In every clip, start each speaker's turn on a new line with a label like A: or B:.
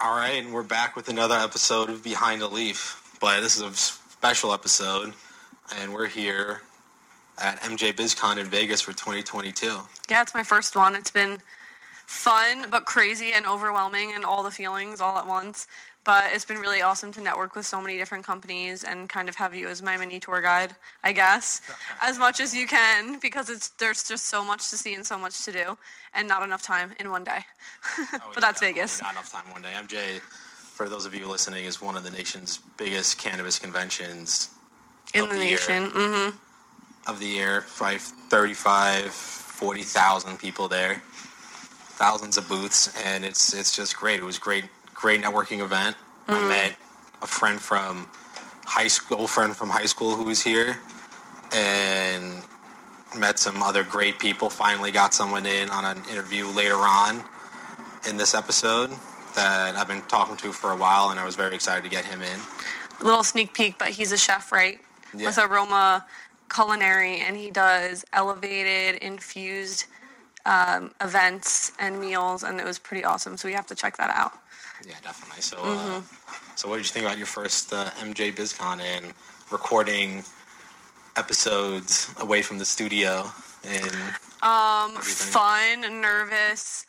A: All right, and we're back with another episode of Behind a Leaf. But this is a special episode, and we're here at MJ BizCon in Vegas for 2022.
B: Yeah, it's my first one. It's been fun, but crazy and overwhelming, and all the feelings all at once. But it's been really awesome to network with so many different companies and kind of have you as my mini tour guide, I guess, as much as you can, because it's there's just so much to see and so much to do, and not enough time in one day. but that's Vegas.
A: Not enough time one day. MJ, for those of you listening, is one of the nation's biggest cannabis conventions
B: In
A: of
B: the
A: the year.
B: nation. Mm-hmm.
A: of the year. Probably 35, 40,000 people there, thousands of booths, and it's it's just great. It was great, great networking event. I met a friend from high school, friend from high school who was here, and met some other great people. Finally, got someone in on an interview later on in this episode that I've been talking to for a while, and I was very excited to get him in.
B: little sneak peek, but he's a chef, right?
A: Yeah.
B: With Aroma Culinary, and he does elevated, infused um, events and meals, and it was pretty awesome. So you have to check that out.
A: Yeah, definitely. So,
B: Mm-hmm.
A: uh, so what did you think about your first uh, MJ BizCon and recording episodes away from the studio and um,
B: Fun and nervous,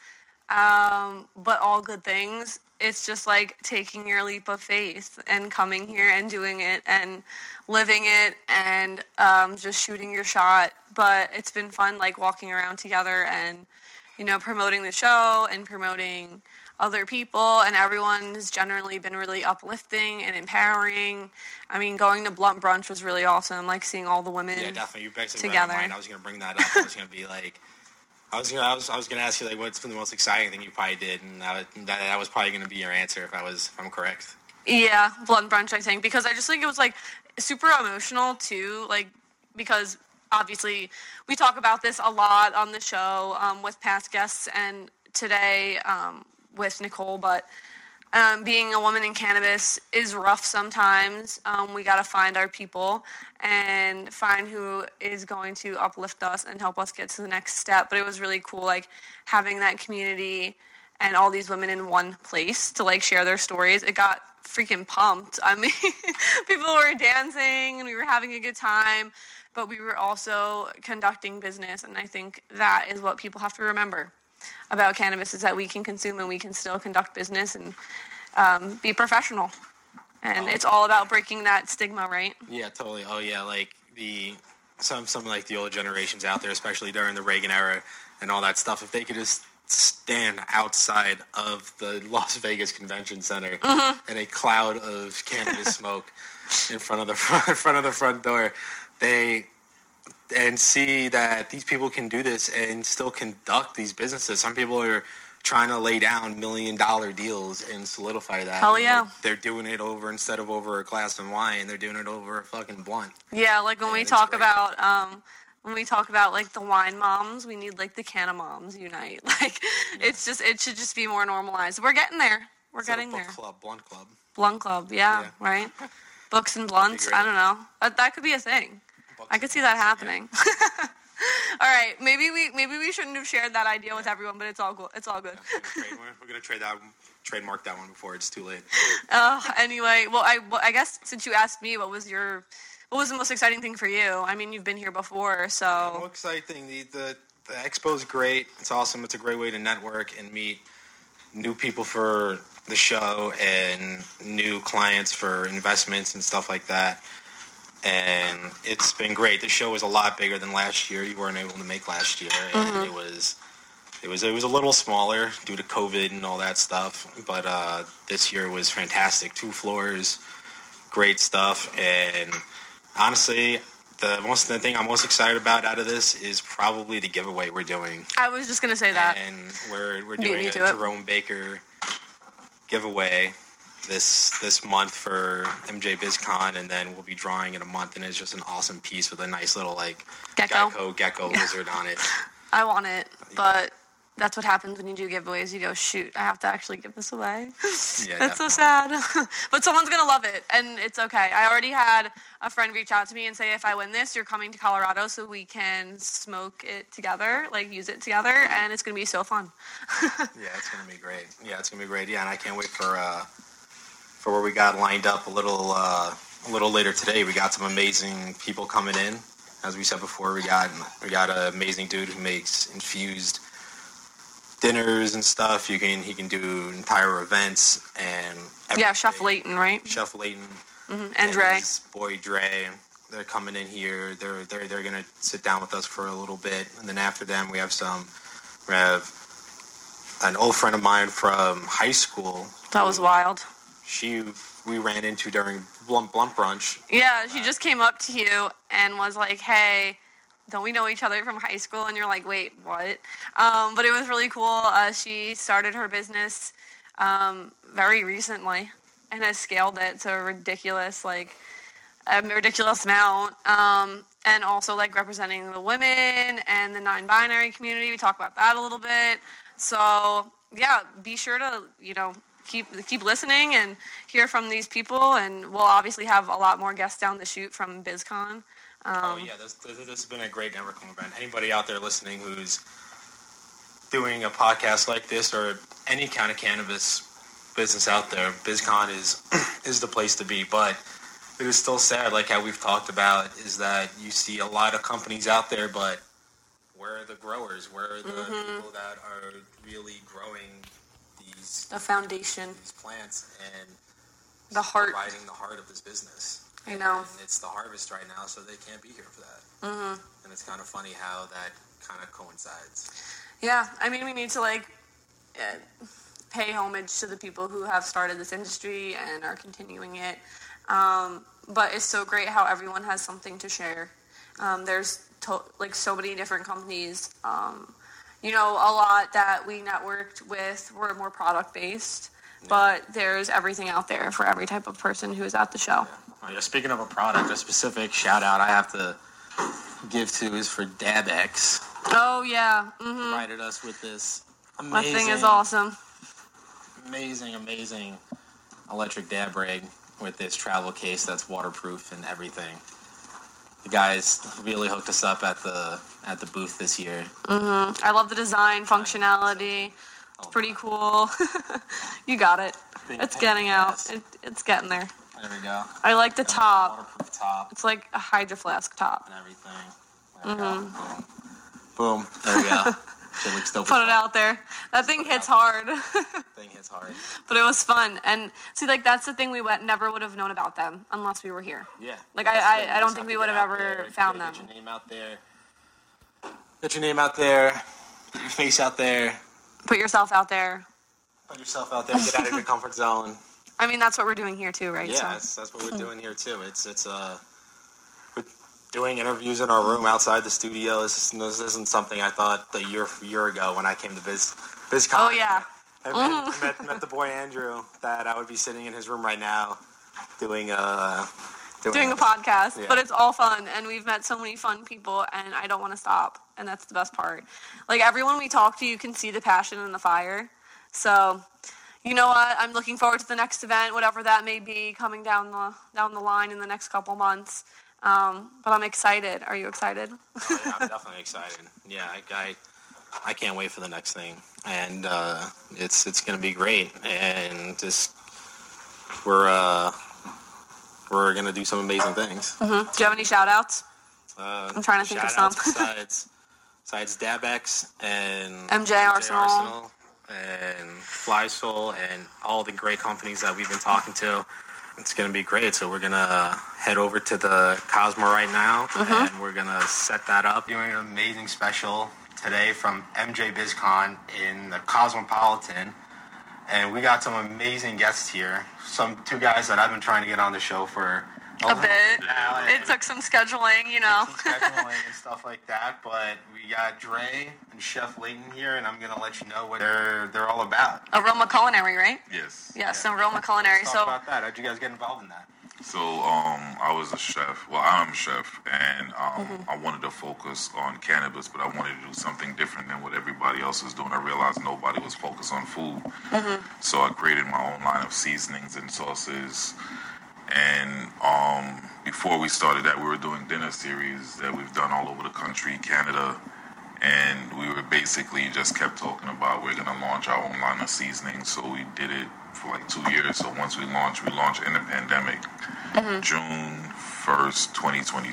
B: um, but all good things. It's just like taking your leap of faith and coming here and doing it and living it and um, just shooting your shot. But it's been fun, like walking around together and you know, promoting the show and promoting other people, and everyone has generally been really uplifting and empowering. I mean, going to Blunt Brunch was really awesome, like seeing all the women.
A: Yeah, definitely. You basically read my
B: Together.
A: mind. I was gonna bring that up. I was gonna be like, I was gonna, I was, I was gonna ask you like, what's been the most exciting thing you probably did, and I, would- that, that was probably gonna be your answer if I was, if I'm correct.
B: Yeah, blunt brunch, I think, because I just think it was like super emotional too, like because obviously we talk about this a lot on the show um, with past guests and today um, with Nicole, but um, being a woman in cannabis is rough sometimes. Um, we got to find our people and find who is going to uplift us and help us get to the next step. But it was really cool, like having that community and all these women in one place to like share their stories. It got freaking pumped. I mean, people were dancing and we were having a good time, but we were also conducting business. And I think that is what people have to remember about cannabis is that we can consume and we can still conduct business and um, be professional. And it's all about breaking that stigma, right?
A: Yeah, totally. Oh yeah, like the some some like the old generations out there, especially during the Reagan era and all that stuff. If they could just stand outside of the Las Vegas Convention Center in a cloud of cannabis smoke in front of the front, in front of the front door, they and see that these people can do this and still conduct these businesses. Some people are trying to lay down million dollar deals and solidify that.
B: Hell yeah.
A: They're doing it over instead of over a glass of wine, they're doing it over a fucking blunt.
B: Yeah, like when we
A: that's
B: talk
A: great.
B: about um, when we talk about like the wine moms, we need like the canna moms unite. Like it's just it should just be more normalized. We're getting there. We're
A: Instead of
B: getting
A: book
B: there.
A: club, blunt club.
B: Blunt club, yeah,
A: Yeah.
B: right. Books and blunts.
A: great.
B: I don't know. That, that could be a thing.
A: Books
B: I
A: and
B: could see that
A: blunts, yeah.
B: happening. all right, maybe we maybe we shouldn't have shared that idea with everyone, but it's all good. It's all good.
A: We're gonna trademark- We're gonna trade that, trademark that one before it's too late.
B: Uh, anyway, well, I well, I guess since you asked me, what was your what was the most exciting thing for you? I mean, you've been here before,
A: Well,
B: so
A: exciting. The, the the expo's great. It's awesome. It's a great way to network and meet new people for the show and new clients for investments and stuff like that. And it's been great. The show was a lot bigger than last year. You weren't able to make last year, and it was it was it was a little smaller due to COVID and all that stuff. But uh, this year was fantastic. Two floors, great stuff, and honestly, the most the thing I'm most excited about out of this is probably the giveaway we're doing,
B: I was just gonna say that.
A: and we're we're
B: Beat
A: doing
B: me
A: a
B: to it.
A: Jerome Baker giveaway this this month for MJ BizCon, and then we'll be drawing in a month, and it's just an awesome piece with a nice little like
B: Gecko.
A: gecko, gecko lizard on it.
B: I want it, but that's what happens when you do giveaways. You go, shoot, I have to actually give this away.
A: Yeah,
B: that's
A: definitely.
B: so sad. but someone's gonna love it, and it's okay. I already had a friend reach out to me and say, if I win this, you're coming to Colorado so we can smoke it together, like use it together, and it's gonna be so fun.
A: Yeah, it's gonna be great. Yeah, it's gonna be great. Yeah, and I can't wait for uh, for where we got lined up a little uh, a little later today. We got some amazing people coming in. As we said before, we got we got an amazing dude who makes infused dinners and stuff. You can he can do entire events and
B: Yeah, Chef
A: everything.
B: Layton, right?
A: Chef Layton
B: And Dre.
A: his boy Dre. They're coming in here. They're they're they're gonna sit down with us for a little bit, and then after them we have some we have an old friend of mine from high school.
B: That was wild.
A: She we ran into during Blump Blump Brunch.
B: Yeah, she just came up to you and was like, "Hey, don't we know each other from high school?" And you're like, "Wait, what?" Um, but it was really cool. Uh, she started her business um, very recently and has scaled it to a ridiculous, like, a ridiculous amount. Um, and also like representing the women and the non-binary community. We talk about that a little bit. So yeah, be sure to you know keep keep listening and hear from these people. And we'll obviously have a lot more guests down the chute from BizCon.
A: Oh
B: Um,
A: yeah, this, this, this has been a great networking event. Anybody out there listening who's doing a podcast like this or any kind of cannabis business out there, BizCon is is the place to be. But it is still sad, like how we've talked about, is that you see a lot of companies out there, but where are the growers? Where are the
B: Mm-hmm.
A: people that are really growing these
B: The foundation,
A: these plants and
B: the heart.
A: providing the heart of this business?
B: I know.
A: and it's the harvest right now, so they can't be here for that. Mm-hmm. And it's kind of funny how that kind of coincides.
B: Yeah, I mean, we need to like uh, pay homage to the people who have started this industry and are continuing it. Um, but it's so great how everyone has something to share. Um, there's to- like so many different companies. Um, you know, a lot that we networked with were more product based, but there's everything out there for every type of person who is at the show.
A: yeah, speaking of a product, a specific shout out I have to give to is for DabX.
B: Oh yeah, mm,
A: Provided us with this
B: my
A: amazing,
B: thing is awesome.
A: amazing, amazing electric dab rig with this travel case that's waterproof and everything. The guys really hooked us up at the at the booth this year.
B: I love the design functionality. It's pretty cool. you got it.
A: Big
B: It's
A: pain
B: getting
A: in the
B: out.
A: ass.
B: It, it's getting there.
A: There we go.
B: I like the top.
A: Waterproof top.
B: It's like a hydro flask top.
A: and everything. There we go. Boom. Boom. There we go. Shit looks dope. as
B: Mm. Put it
A: fuck.
B: out there. That thing hits hard,
A: Thing hits hard.
B: but it was fun. And see, like that's the thing we went, never would have known about them unless we were here.
A: Yeah.
B: Like, I-
A: That's
B: I-
A: it.
B: I
A: You
B: don't
A: just
B: think
A: to
B: we would
A: get
B: have
A: out
B: ever
A: there,
B: found
A: get- Get
B: them.
A: your name out there. Get your name out there. Get your face out there.
B: Put yourself out there.
A: Put yourself out there. Get out of your comfort zone.
B: I mean, that's what we're doing here too, right?
A: Yeah, that's, that's
B: Hmm.
A: what we're doing here too. It's it's uh, we're doing interviews in our room outside the studio. This, is, this isn't something I thought a year year ago when I came to Biz BizCon.
B: oh yeah.
A: I met, met, met the boy Andrew that I would be sitting in his room right now doing uh doing,
B: doing a podcast,
A: Yeah.
B: but it's all fun, and we've met so many fun people, and I don't want to stop, and that's the best part. Like everyone we talk to, you can see the passion and the fire. So, you know what? I'm looking forward to the next event, whatever that may be, coming down the down the line in the next couple months. Um, but I'm excited. Are you excited?
A: Oh, yeah, I'm definitely excited. Yeah, I, I I can't wait for the next thing, and uh, it's it's gonna be great. And just we're uh, we're gonna do some amazing things.
B: Do you have any shout outs?
A: Uh,
B: I'm trying to think of
A: shout-outs
B: some.
A: besides besides DabX and
B: MJ Arsenal.
A: and Fly Soul and all the great companies that we've been talking to. It's gonna be great. So we're gonna head over to the Cosmo right now,
B: Mm-hmm.
A: and we're gonna set that up. Doing an amazing special today from MJ BizCon in the Cosmopolitan and we got some amazing guests here. Some two guys that I've been trying to get on the show for
B: A bit.
A: Yeah,
B: It took some scheduling, you know.
A: scheduling and stuff like that. But we got Dre and Chef Layton here, and I'm gonna let you know what they're they're all about.
B: Aroma Culinary, right?
C: Yes.
B: Yes, Aroma Culinary.
A: Talk
B: So
A: about that. How'd you guys get involved in that?
C: So um, I was a chef. Well, I'm a chef, and um, I wanted to focus on cannabis, but I wanted to do something different than what everybody else was doing. I realized nobody was focused on food, so I created my own line of seasonings and sauces. And um, before we started that, we were doing dinner series that we've done all over the country, Canada, and we were basically just kept talking about we're gonna launch our own line of seasoning. So we did it for like two years. So once we launched, we launched in the pandemic, June first, twenty twenty.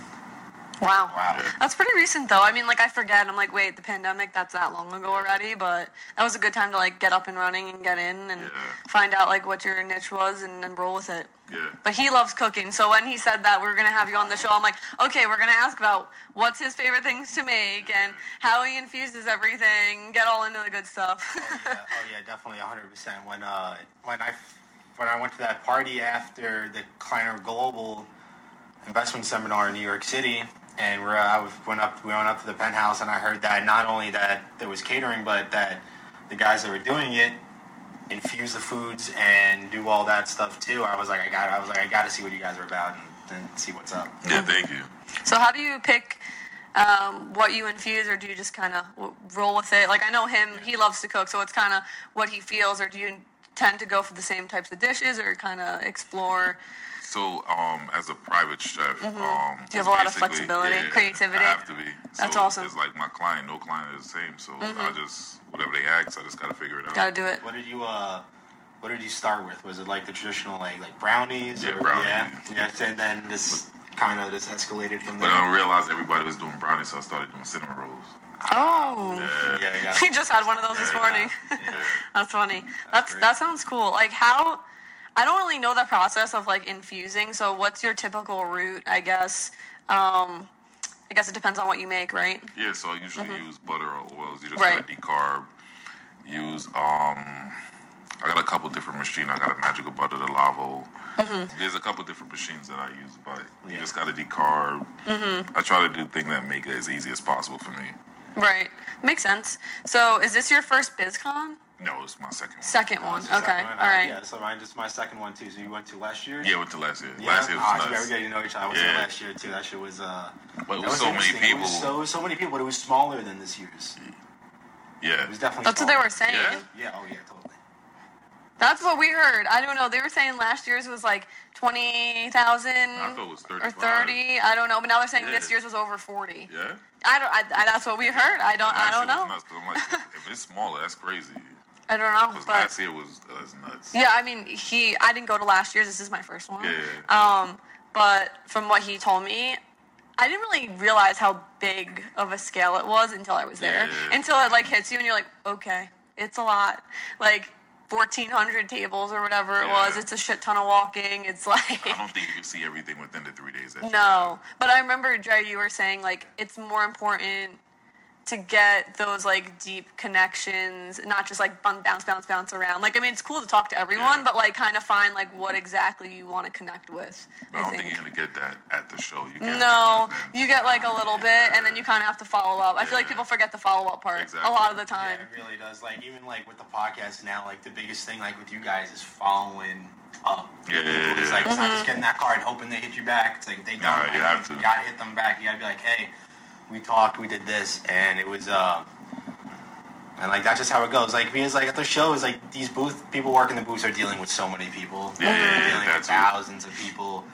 B: Wow.
A: Wow.
B: That's pretty recent though. I mean, like I forget. I'm like, wait, the pandemic. That's that long ago already. But that was a good time to like get up and running and get in and
C: Yeah.
B: find out like what your niche was and then roll with it.
C: Yeah.
B: But he loves cooking, so when he said that we are gonna have you on the show, I'm like, okay, we're gonna ask about what's his favorite things to make and how he infuses everything. Get all into the good stuff.
A: yeah, oh yeah, definitely, hundred percent. When uh, when I when I went to that party after the Kleiner Global Investment Seminar in New York City, and we're, I was, went up, we went up to the penthouse, and I heard that not only that there was catering, but that the guys that were doing it infuse the foods and do all that stuff too. I was like, I got, I was like, I got to see what you guys are about and, and see what's up.
C: Yeah. Thank you.
B: So how do you pick um, what you infuse, or do you just kind of w- roll with it? Like I know him; he loves to cook, so it's kind of what he feels. Or do you tend to go for the same types of dishes, or kind of explore?
C: So, um, as a private chef, um,
B: Do Mm-hmm. you have a lot of
C: basically-
B: flexibility,
C: yeah,
B: creativity?
C: I have to be.
B: That's
C: So
B: awesome.
C: It's like my client, no client is the same. So I just whatever they ask, I just gotta figure it out.
B: Got to do it.
A: What did you uh? What did you start with? Was it like the traditional like like brownies?
C: Yeah,
A: or,
C: brownies.
A: Yeah, yeah, and then this kind of just escalated from
C: But
A: there.
C: I realized everybody was doing brownies, so I started doing cinnamon rolls.
B: Oh,
C: Yeah.
A: yeah, yeah.
B: we just had one of those this
C: Yeah.
B: morning.
C: Yeah.
B: That's funny. That's
A: great.
B: that sounds cool. Like how? I don't really know the process of like infusing. So what's your typical route? I guess. Um, I guess it depends on what you make, right?
C: Yeah, so I usually use butter or oils. You
B: Mm-hmm.
C: just
B: Right.
C: gotta decarb. Use um, I got a couple different machines. I got a magical butter, the lavo.
B: Mm-hmm.
C: There's a couple different machines that I use, but you
A: Yeah.
C: just gotta decarb.
B: Mm-hmm.
C: I try to do things that make it as easy as possible for me.
B: Right. Makes sense. So is this your first BizCon?
C: No, it's my second one.
B: Second one.
A: That's
B: Okay.
A: the
B: All
A: second one. Uh,
B: right.
A: Yeah, so mine just my second one too. So you went to last year.
C: yeah, went to last year.
A: Yeah.
C: Last year was
A: Ah, so
C: nuts.
A: we already know each other. I was there
C: Yeah.
A: last year too. That shit was uh.
C: But it
A: that
C: was so many
A: interesting. It
C: people.
A: was so so many people, but it was smaller than this year's. It
C: yeah.
A: was definitely.
B: That's what Oh, they
A: smaller.
B: were saying.
C: Yeah?
A: Yeah. Oh yeah. Totally.
B: That's what we heard. I don't know. They were saying last year's was like twenty thousand
C: I thought it was
B: or
C: 35.
B: thirty. I don't know. But now they're saying this
C: Yeah.
B: year's was over forty.
C: Yeah?
B: I don't. I, I, that's what we heard. I don't. I don't
C: That shit
B: know.
C: was nuts, 'cause I'm like, if it's smaller, that's crazy.
B: I don't know.
C: Because
B: But
C: last year was, uh, was nuts.
B: yeah, I mean, he. I didn't go to last year's. This is my first one.
C: Yeah.
B: Um, but from what he told me, I didn't really realize how big of a scale it was until I was there.
C: Yeah.
B: Until it like hits you and you're like, okay, it's a lot. Like 1,400 tables or whatever it
C: Yeah.
B: was. It's a shit ton of walking. It's like.
C: I don't think you can see everything within the three days. That you-
B: No, but I remember Dre, you were saying like it's more important to get those like deep connections, not just like bun- bounce, bounce, bounce around. Like I mean, it's cool to talk to everyone,
C: Yeah.
B: but like kind of find like what exactly you want to connect with.
C: But I don't think. you're gonna get that at the show. You can't
B: No,
C: get that.
B: you get like a little bit, and then you kind of have to follow up. I feel like
C: Yeah.
B: people forget the follow up part a
C: Exactly.
B: lot of the
A: Yeah,
B: time.
A: it really does. Like even like with the podcast now, like the biggest thing like with you guys is following up.
C: Yeah, yeah, yeah,
A: It's like
C: yeah.
A: it's not just getting that card hoping they hit you back. It's like if they don't.
C: Nah, you have to.
A: You gotta hit them back. You gotta be like, hey, we talked, we did this, and it was. uh and like that's just how it goes. Like because like at the show is like these booth people working the booths are dealing with so many people.
C: Yeah, yeah, yeah,
A: They're dealing with
C: that's it.
A: thousands of people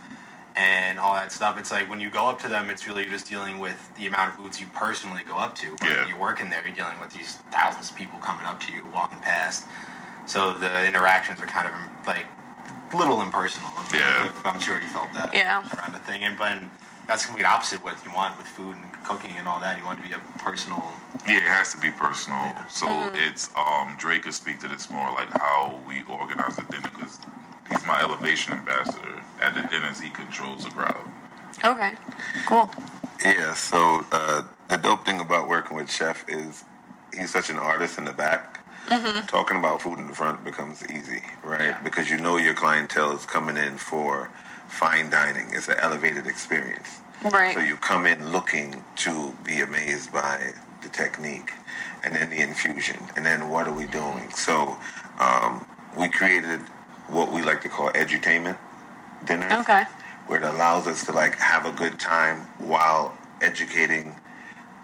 A: and all that stuff. It's like when you go up to them, it's really just dealing with the amount of booths you personally go up to. But
C: Yeah.
A: When you're working there, you're dealing with these thousands of people coming up to you, walking past. So the interactions are kind of like a little impersonal.
C: Yeah.
A: I'm sure you felt that.
B: Yeah.
A: Around the thing, and but that's complete opposite what you want with food and cooking and all that. You want it to be a personal.
C: Yeah, it has to be personal. So
B: Mm-hmm.
C: it's um Drake could speak to this more like how we organize the dinner because he's my elevation ambassador. At the dinners, he controls the crowd.
B: Okay, cool.
D: Yeah, so uh, the dope thing about working with Chef is he's such an artist in the back.
B: Mm-hmm.
D: Talking about food in the front becomes easy, right? Because you know your clientele is coming in for fine dining. It's an elevated experience.
B: Right.
D: So you come in looking to be amazed by the technique and then the infusion and then what are we
B: Mm-hmm.
D: doing? So um, we created what we like to call edutainment dinners
B: Okay.
D: where it allows us to like have a good time while educating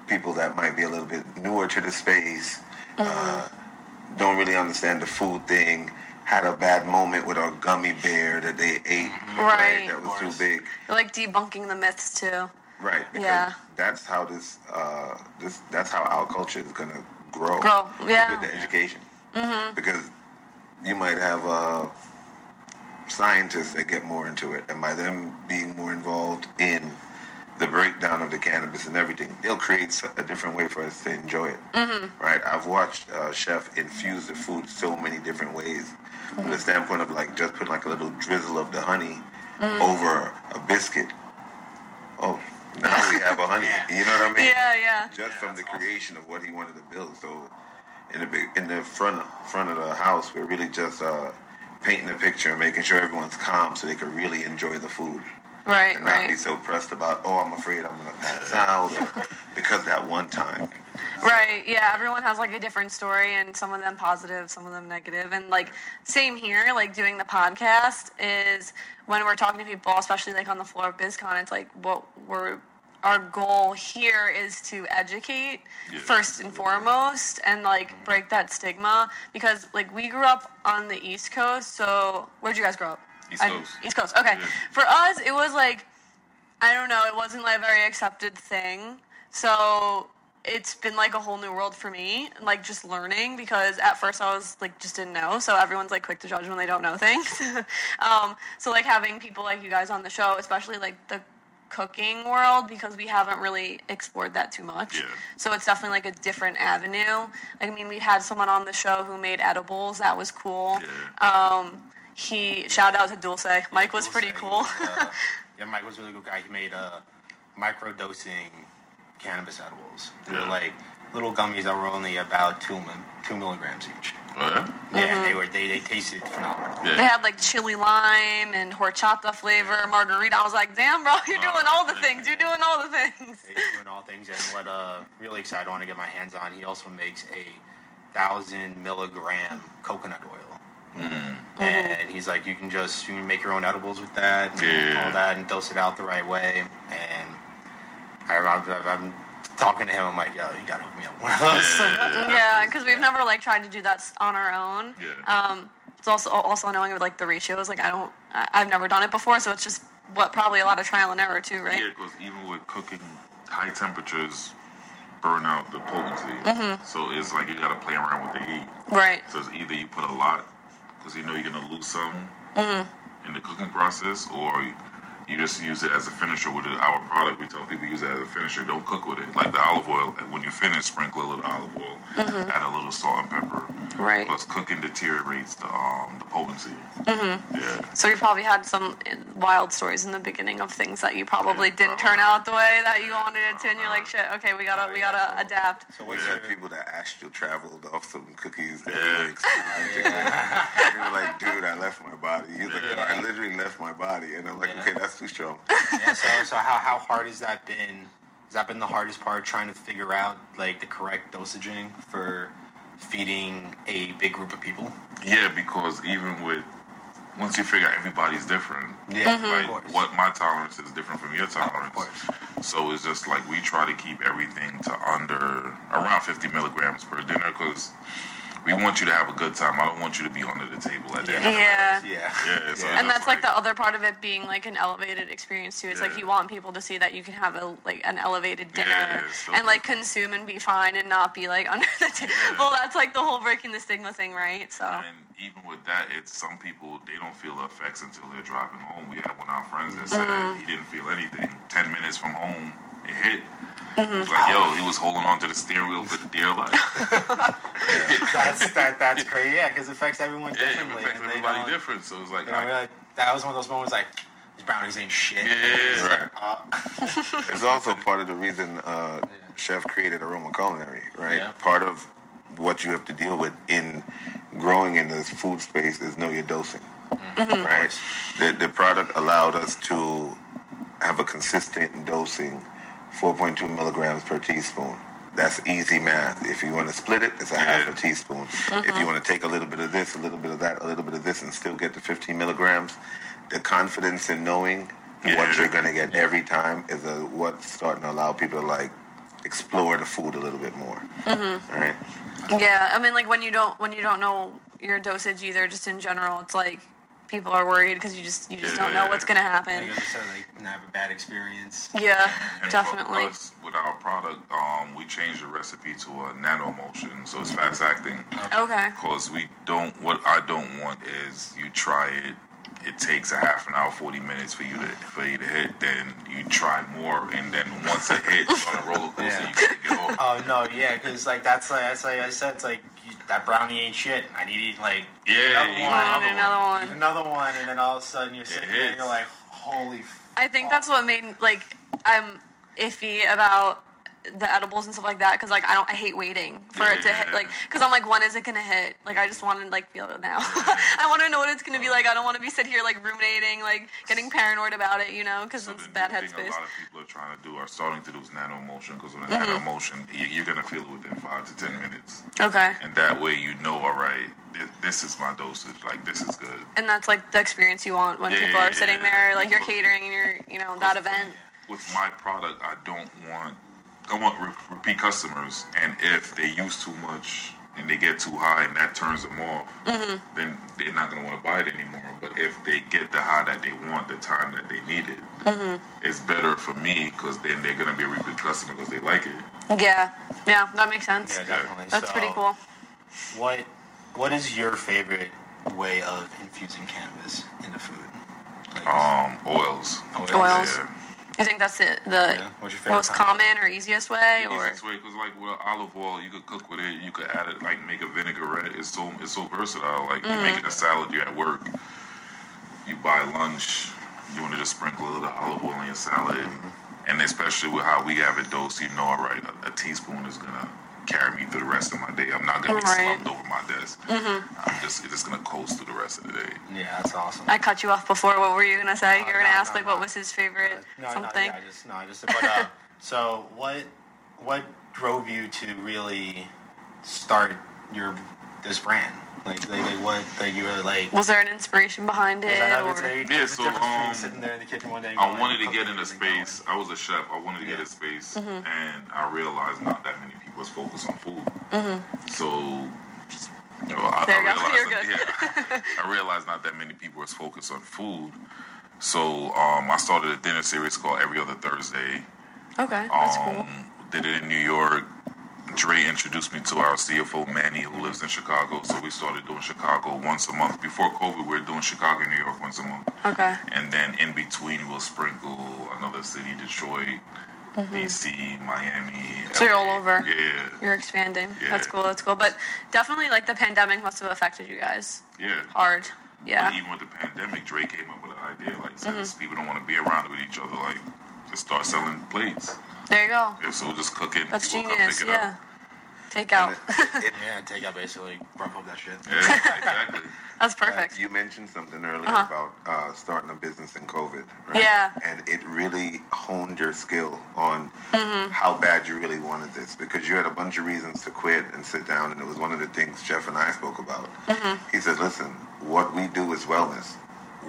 D: people that might be a little bit newer to the space, uh,
B: Mm-hmm.
D: don't really understand the food thing, had a bad moment with our gummy bear that they ate
B: Mm-hmm. Right.
D: that was too
A: Of course.
D: big.
B: You're like debunking the myths too.
D: Right. Because
B: Yeah.
D: That's how this, uh, this. That's how our culture is gonna grow.
B: Grow, yeah.
D: With the education. Mm-hmm. Because you might have uh, scientists that get more into it, and by them being more involved in the breakdown of the cannabis and everything, they'll create s- a different way for us to enjoy it. Mm-hmm. Right. I've watched uh, chef infuse the food so many different ways, from the standpoint of like just putting like a little drizzle of the honey over a biscuit oh, now we have a honey. You know what I mean?
B: Yeah, yeah.
D: Just from the creation of what he wanted to build. So in the big, in the front front of the house, we're really just uh, painting a picture and making sure everyone's calm so they can really enjoy the food
B: Right,
D: and not be
B: right,
D: so pressed about oh I'm afraid I'm gonna pass out or, because that one time.
B: right. Yeah, everyone has like a different story, and some of them positive, some of them negative, and like same here. Like doing the podcast is when we're talking to people, especially like on the floor of BizCon. It's like what we're our goal here is to educate
C: Yeah.
B: first and foremost, and like break that stigma because like we grew up on the East Coast. So where'd you guys grow up?
C: East
B: I-
C: Coast.
B: East Coast. Okay.
C: Yeah.
B: For us, it was like I don't know. It wasn't like a very accepted thing. So it's been like a whole new world for me, like just learning because at first I was like just didn't know. So everyone's like quick to judge when they don't know things. um, so like having people like you guys on the show, especially like the cooking world because we haven't really explored that too much.
C: Yeah.
B: So it's definitely like a different avenue. Like I mean, we had someone on the show who made edibles. That was cool. Um, he shout out to Dulce. Mike was pretty cool.
A: uh, yeah, Mike was a really good guy. He made uh, micro dosing cannabis edibles. They were
C: Yeah.
A: like little gummies that were only about two mil- two milligrams each.
B: Mm-hmm.
C: Alright.
A: Yeah, they were they, they tasted phenomenal.
B: They
C: Yeah.
B: had like chili lime and horchata flavor margarita. I was like, damn, bro, you're doing all the things. You're doing all the things.
A: They were doing all things and what uh really excited I want to get my hands on. He also makes a thousand milligram coconut oil. And he's like, you can just you can make your own edibles with that, and
C: Yeah.
A: all that, and dose it out the right way. And I, I, I'm talking to him. I'm like, yo, you gotta hook me up. with one of those.
B: Yeah, because we've never like tried to do that s- on our own.
C: Yeah.
B: Um, it's also also knowing like the ratios. Like I don't, I, I've never done it before, so it's just what probably a lot of trial and error too, right?
C: Yeah, because even with cooking, high temperatures burn out the potency.
B: Mm-hmm.
C: So it's like you got to play around with the heat.
B: Right.
C: So it's either you put a lot because you know you're gonna lose some in the cooking process, or you- you just use it as a finisher with it. our product. We tell people use it as a finisher. Don't cook with it like the olive oil. When you finish, sprinkle a little olive oil, add a little salt and pepper.
B: Right.
C: Plus, cooking deteriorates the um the potency. Yeah.
B: So you probably had some eh, wild stories in the beginning of things that you probably Oh, didn't turn out the way that you wanted it to, and you're like, shit, okay, we gotta we gotta adapt.
A: So
D: We
A: what's
D: had
A: your,
D: people that actually traveled off some cookies that
C: Yeah.
D: we were experimenting with. They were like, dude, I left my body. He's like, "Yo, I literally left my body. And I'm like, okay, that's too strong.
A: yeah, so so how, how hard has that been? Has that been the hardest part trying to figure out like the correct dosaging for feeding a big group of people?
C: Yeah, because even with once you figure out everybody's different,
A: Yeah, Mhm.
C: like
A: of course.
C: what my tolerance is different from your tolerance.
A: course.
C: So it's just like we try to keep everything to under around 50 milligrams per dinner because we want you to have a good time. I don't want you to be under the table at dinner.
B: Yeah.
A: Yeah.
C: Yeah, so
B: And
C: That's
B: that's like
C: right.
B: the other part of it being like an elevated experience too. It's like
C: Yeah.
B: you want people to see that you can have a like an elevated dinner
C: Yeah, so-
B: and like consume and be fine and not be like under the table.
C: Yeah.
B: Well, that's like the whole breaking the stigma thing, right? So
C: And even with that, it's some people they don't feel the effects until they're driving home. We had one of our friends that said
A: Mm-hmm.
C: he didn't feel anything. Ten minutes from home, it hit.
A: Mm-hmm.
C: It's like, yo, he was holding on to the steering wheel for dear life.
A: that's that, that's crazy. Yeah, because it affects everyone
C: Yeah, it
A: differently.
C: affects
A: and they don't-
C: everybody different. So it's like,
A: You know,
C: I-
A: really, that was one of those moments like these brownies ain't shit.
C: yeah,
D: Right.
A: Uh,
D: It's also part of the reason uh, Chef created Aroma Culinary, right?
A: Yeah.
D: Part of what you have to deal with in growing in this food space is know your dosing, right? The, the product allowed us to have a consistent dosing, 4.2 milligrams per teaspoon. That's easy math. If you want to split it, it's a half a
C: Yeah.
D: teaspoon. If you want to take a little bit of this, a little bit of that, a little bit of this, and still get the 15 milligrams, the confidence in knowing what you're gonna get every time is a, what's starting to allow people to like explore the food a little bit more. Mm-hmm. right.
B: Yeah, I mean, like when you don't when you don't know your dosage either, just in general, it's like people are worried because you just you just don't know what's gonna happen.
A: Like I said, like, not have a bad experience.
B: Yeah,
C: And
B: definitely.
C: For us, with our product, um, we changed the recipe to a nano motion, so it's fast acting.
B: Okay.
C: Because we don't. What I don't want is you try it. It takes a half an hour, forty minutes for you to for you to hit. Then you try more, and then once it hits on a roller coaster,
E: Yeah.
C: you can't get off.
E: Oh no, yeah, because like that's like that's like I said, it's like you, that brownie ain't shit. I need to eat like
C: Yeah,
E: Another
C: you
E: one.
C: want
B: And another one.
E: another one, and then all of a sudden you're sitting there,
C: hits.
E: and you're like, holy.
B: I think that's what made like I'm iffy about the edibles and stuff like that because like I don't I hate waiting for it to hit
C: Yeah.
B: like because I'm like when is it gonna hit like I just want to like feel it now I want to know what it's gonna be like I don't want to be sitting here like ruminating like getting paranoid about it you know because
C: So
B: it's
C: the
B: bad
C: new thing
B: headspace Mm-hmm.
C: A lot of people are trying to do are starting to do is nano motion because with a nano motion, you- you're gonna feel it within five to ten minutes,
B: okay
C: and that way you know, all right, thi- this is my dosage. Like this is good.
B: and that's like the experience you want when
C: Yeah,
B: people are
C: yeah,
B: sitting
C: yeah.
B: there like you're catering and you're you know that event
C: With my product, I don't want I want re- repeat customers, and if they use too much and they get too high and that turns them off, then they're not gonna want to buy it anymore. But if they get the high that they want, the time that they need it, it's better for me because then they're gonna be a repeat customer because they like it.
B: yeah yeah that makes sense
E: Yeah, definitely.
B: that's
E: so,
B: pretty cool
E: What
A: What is your favorite way of infusing cannabis into food? Like,
C: Um, oils.
A: Oils.
B: Oils.
C: Yeah.
B: I think that's it the
A: Yeah, what's your favorite
B: most
A: kind?
B: common or easiest way
C: The
B: or
C: easiest way, cause like with olive oil, you could cook with it. You could add it, like make a vinaigrette. It's so it's so versatile. Like you're making
B: Mm.
C: a salad, you're at work, you buy lunch, you want to just sprinkle a little olive oil in your salad,
B: Mm-hmm.
C: and especially with how we have it dosed, you know, all right, a, a teaspoon is gonna carry me through the rest of my day. I'm not gonna
B: Right.
C: be
B: Mm-hmm.
C: slumped over my desk. I'm just it's just gonna coast through the rest of the day.
E: Yeah, that's awesome.
B: I cut you off before. What were you gonna say? you were
E: no,
B: gonna ask
E: no,
B: like what
E: no.
B: was his favorite
A: Uh,
E: no,
B: something.
E: no, yeah, I just no, I just. But, uh, so what what drove you to really start your this brand? Like, like, like what that you were like.
B: Was there an inspiration behind it?
E: Is that how
B: or-
E: it's made?
C: Yeah,
E: What's the
C: so,
E: difference between
C: um,
E: sitting there in the kitchen one day.
C: I
E: going,
C: wanted to get
E: cooking
C: into
E: and going?
C: space. I was a chef. I wanted to get
E: Yeah.
C: into space,
B: Mm-hmm.
C: and I realized not that many people was focused on food. So, you know,
B: Mm-hmm.
C: I,
B: There you
C: I
B: go.
C: realized
B: You're
C: that- yeah, I realized not that many people was focused on food. So, um, I started a dinner series called Every Other Thursday.
B: Okay, that's cool.
C: Um, did it in New York. Dre introduced me to our CFO Manny, who lives in Chicago. So we started doing Chicago once a month. Before COVID, we were doing Chicago, New York once a month
B: Okay,
C: and then in between we'll sprinkle another city, Detroit, DC, Miami.
B: Mm-hmm. So you're
C: LA.
B: all over.
C: Yeah,
B: you're expanding.
C: Yeah.
B: That's cool. That's cool. But definitely, like the pandemic must have affected you guys
C: yeah.
B: hard.
C: But
B: Oh, Yeah. Mm-hmm.
C: even with the pandemic, Dre came up with an idea like since people don't want to be around with each other, like just start selling plates.
B: There you go.
C: Yeah, so just cook it. and
B: That's
C: people
B: genius.
C: Come pick it
B: Yeah.
C: Up.
B: Take out.
D: It-
E: Yeah, take out basically, rough up that shit.
C: Yeah, exactly.
B: That's perfect.
D: You mentioned something earlier about uh, starting a business in COVID, right?
B: Yeah.
D: And it really honed your skill on how bad you really wanted this because you had a bunch of reasons to quit and sit down, and it was one of the things Jeff and I spoke about. He said, "Listen, what we do is wellness.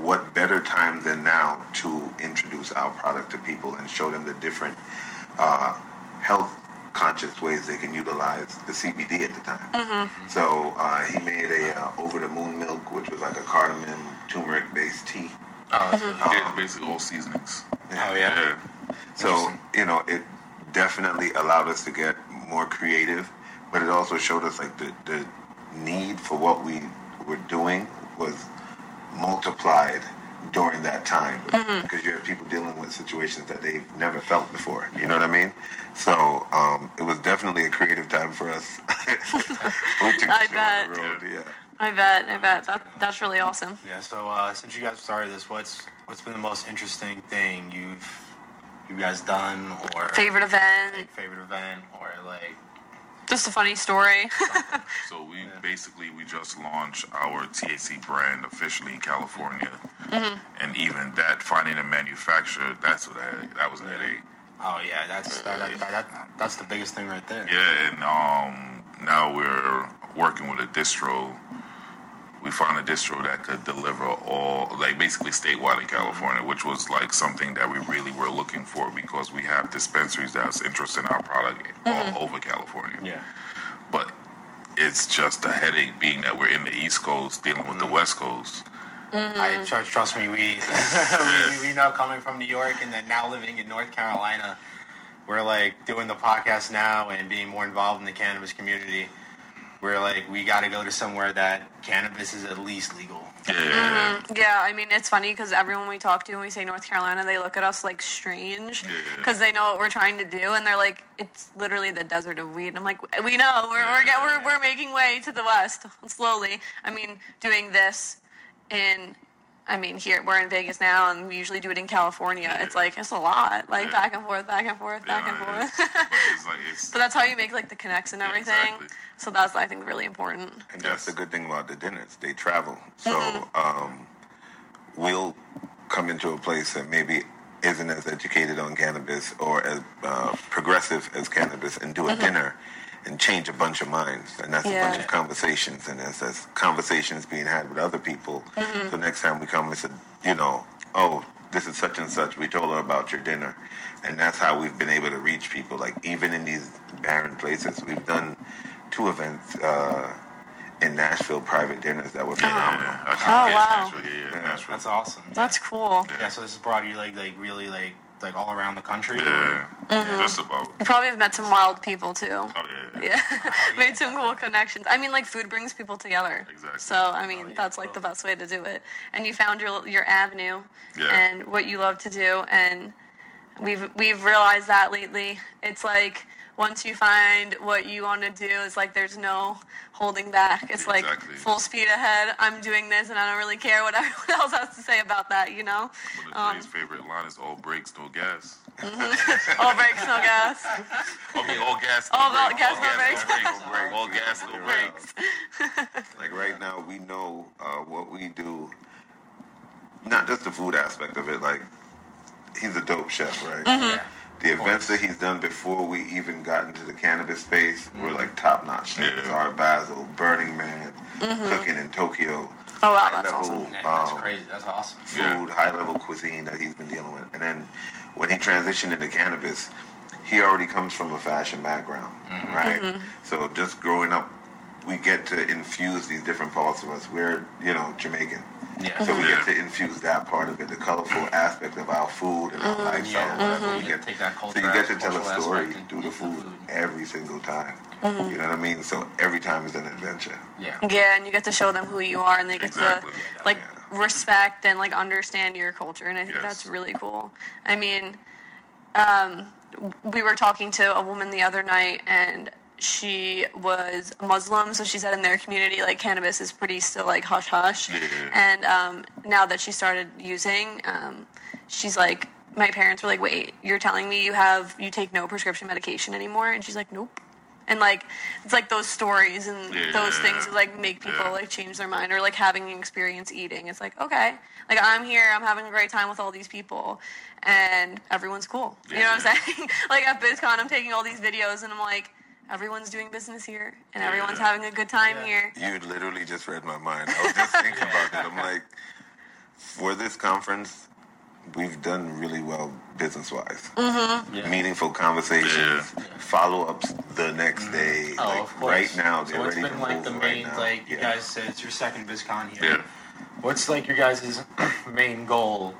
D: What better time than now to introduce our product to people and show them the different uh, health." conscious ways they can utilize the CBD at the time. So uh, he made a uh, over the moon milk, which was like a cardamom turmeric based tea.
E: Oh,
B: Mm-hmm.
E: that's really-
C: Yeah, it's basically all seasonings.
E: oh yeah.
C: Yeah.
D: So you know, it definitely allowed us to get more creative, but it also showed us like the, the need for what we were doing was multiplied during that time
B: Mm-hmm.
D: because you have people dealing with situations that they've never felt before. You know what I mean? So um, it was definitely a creative time for us. We took the
B: I
D: show
B: bet.
D: on the road, yeah.
B: I bet. I bet. That that's really awesome.
E: Yeah. So uh, since you guys started this, what's what's been the most interesting thing you've you guys done or
B: Favorite event.
E: like, favorite event or like
B: Just a funny story.
C: So we basically we just launched our THC brand officially in California,
B: Mm-hmm.
C: and even that finding a manufacturer that's what I, that was a headache.
E: oh yeah that's that, that, that, that- that's the biggest thing right there.
C: Yeah, and um, now we're working with a distro we found a distro that could deliver all, like basically statewide in California, which was like something that we really were looking for because we have dispensaries that's interested in our product
B: Mm-hmm.
C: all over California.
E: Yeah.
C: But it's just a headache being that we're in the East Coast dealing with the West Coast.
E: I trust, trust me. We, we we know coming from New York and then now living in North Carolina, we're like doing the podcast now and being more involved in the cannabis community. We're like we got to go to somewhere that cannabis is at least legal.
C: Yeah.
B: Yeah, I mean it's funny because everyone we talk to when we say North Carolina, they look at us like strange
C: Yeah.
B: because they know what we're trying to do, and they're like, "It's literally the desert of weed." And I'm like, "We know. We're we're, get, we're we're making way to the west slowly." I mean, doing this in, I mean, here we're in Vegas now, and we usually do it in California. It's like it's a lot, like
C: Yeah.
B: back and forth, back and forth, back
C: Yeah,
B: and
C: it is.
B: forth.
C: But it's like it's
B: but that's how you make like the connects and everything.
C: exactly.
B: So that's I think really important.
D: And
C: Yes.
D: that's the good thing about the dinners. They travel. So um, we'll come into a place that maybe isn't as educated on cannabis or as uh, progressive as cannabis and do a dinner and change a bunch of minds. And that's a bunch
B: Yeah.
D: of conversations. And that's, that's conversations being had with other people. So next time we come, it's a, you know, oh, this is such and such. We told her about your dinner. And that's how we've been able to reach people. Like, even in these barren places, we've done two events. Uh, in Nashville private dinners that were phenomenal.
C: yeah, I can
B: Oh,
C: get
B: wow.
C: Nashville, Yeah, yeah, Nashville.
E: That's awesome.
B: That's cool.
E: yeah. So this has brought you like like really like like all around the country.
C: Yeah.
B: Mm-hmm.
C: That's about.
B: You probably have met some wild people too.
C: Oh, yeah.
B: Yeah, made some cool connections. I mean, like food brings people together.
C: Exactly. Oh,
B: So I mean,
E: yeah,
B: that's like the best way to do it. And you found your your avenue
C: Yeah.
B: and what you love to do. And we've we've realized that lately. It's like once you find what you want to do, it's like there's no holding back. It's
C: Exactly.
B: like full speed ahead. I'm doing this, and I don't really care what everyone else has to say about that. You know,
C: One of Dre's favorite line is "All brakes, no gas."
B: all brakes, no gas.
C: I mean, all gas, no
B: All
C: brakes.
B: gas, no brakes.
C: no brakes. All gas, no brakes.
D: Like right now, we know uh, what we do. Not just the food aspect of it. Like he's a dope chef, right?
A: Mm-hmm.
E: Yeah.
D: The events that he's done before we even got into the cannabis space were like top notch.
C: Yeah.
D: things. Art Basel, Burning Man, cooking in Tokyo,
B: Oh wow,
D: high
B: that's awesome.
D: level
E: Yeah, That's
D: um,
E: crazy. That's awesome.
D: food,
C: Yeah.
D: high level cuisine that he's been dealing with. And then when he transitioned into cannabis, he already comes from a fashion background,
E: Mm-hmm.
D: right? So just growing up, we get to infuse these different parts of us. We're, you know, Jamaican.
E: Yeah.
D: So we
C: Mhm.
D: get to infuse that part of it, the colorful aspect of our food and our lifestyle.
E: Yeah,
D: whatever.
E: mhm.
D: We get,
E: Take that
D: so you
E: culture-
D: get to tell
E: cultural
D: a story
E: aspect and
D: through the
E: into
D: food
E: food.
D: every single time. You know what I mean? So every time is an adventure.
E: Yeah.
B: Yeah, and you get to show them who you are, and they get
C: Exactly.
B: to like respect and like understand your culture, and I think
C: Yes.
B: that's really cool. I mean, um, we were talking to a woman the other night, and she was Muslim, so she said in their community, like cannabis is pretty still like hush hush,
C: Yeah.
B: and um, now that she started using, um, she's like. My parents were like, "Wait, you're telling me you have you take no prescription medication anymore?" And she's like, "Nope." And like, it's like those stories and those things
C: Yeah.
B: that like make people
C: Yeah.
B: like change their mind or like having an experience eating. It's like okay, like I'm here, I'm having a great time with all these people, and everyone's cool. You know what I'm saying? like at BizCon, I'm taking all these videos and I'm like, everyone's doing business here and everyone's
C: Yeah.
B: having a good time
E: Yeah.
B: here.
D: You literally just read my mind. I was just thinking about it. I'm like, for this conference, we've done really well business wise.
E: Yeah.
D: Meaningful conversations,
C: Yeah.
D: follow ups the next day.
E: Oh,
D: like
E: of course.
D: right now, they're
E: so what's
D: ready
E: been
D: to
E: like
D: move
E: the
D: right
E: main
D: now.
E: like you
D: Yeah.
E: guys said it's your second BizCon here.
C: Yeah.
E: What's like your guys' main goal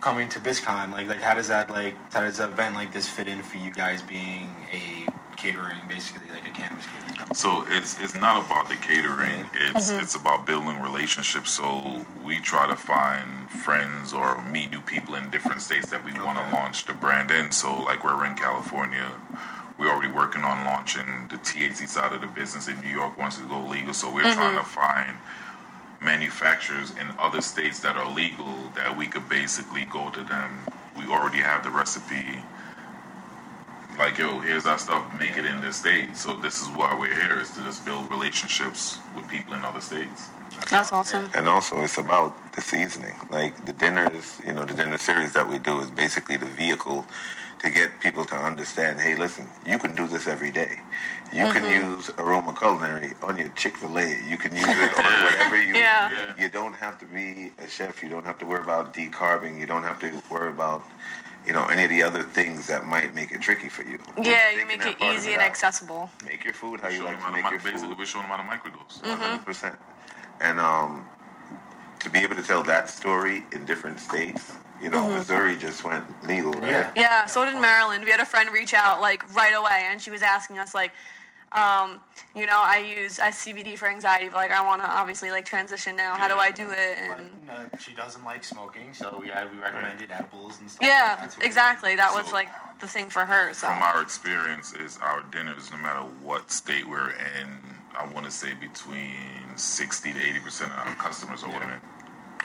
E: coming to BizCon? Like like how does that like how does an event like this fit in for you guys being a catering basically like a cannabis catering company?
C: So it's it's not about the catering. It's it's about building relationships. So we try to find friends or meet new people in different states that we want to launch the brand in. So like we're in California, we're already working on launching the THC side of the business in New York once it go legal. So we're trying to find manufacturers in other states that are legal that we could basically go to them. We already have the recipe like yo, here's our stuff, make it in this state. So this is why we're here is to just build relationships with people in other states.
B: That's awesome.
D: And also, it's about the seasoning. Like the dinners, you know, the dinner series that we do is basically the vehicle to get people to understand. Hey, listen, you can do this every day. You
B: Mm-hmm.
D: can use aroma culinary on your Chick Fil A. You can use it on whatever you.
B: Yeah.
D: You don't have to be a chef. You don't have to worry about decarbing. You don't have to worry about, you know, any of the other things that might make it tricky for you. We're
B: Yeah, you
D: taking
B: make
D: that
B: it
D: part of
B: easy and
D: out.
B: accessible.
D: Make your food how you
C: Show
D: like
C: them
D: to
C: how
D: make your
C: to,
D: food
C: basically, we show them how to microdose.
D: hundred percent. And um, to be able to tell that story in different states, you know, Missouri just went legal, right?
A: Yeah.
B: Yeah, so did Maryland. We had a friend reach out like right away, and she was asking us like, um, you know, I use I CBD for anxiety, but like I want to obviously like transition now. How do I do it?
A: Like,
B: And
A: you know, Uh, she doesn't like smoking, so we, I, we recommended apples and stuff. like
B: yeah,
A: that.
B: exactly. That was
C: So-
B: like the thing for her. So
C: From our experience, is our dinners, no matter what state we're in, I want to say between 60 to 80 percent of our customers are women.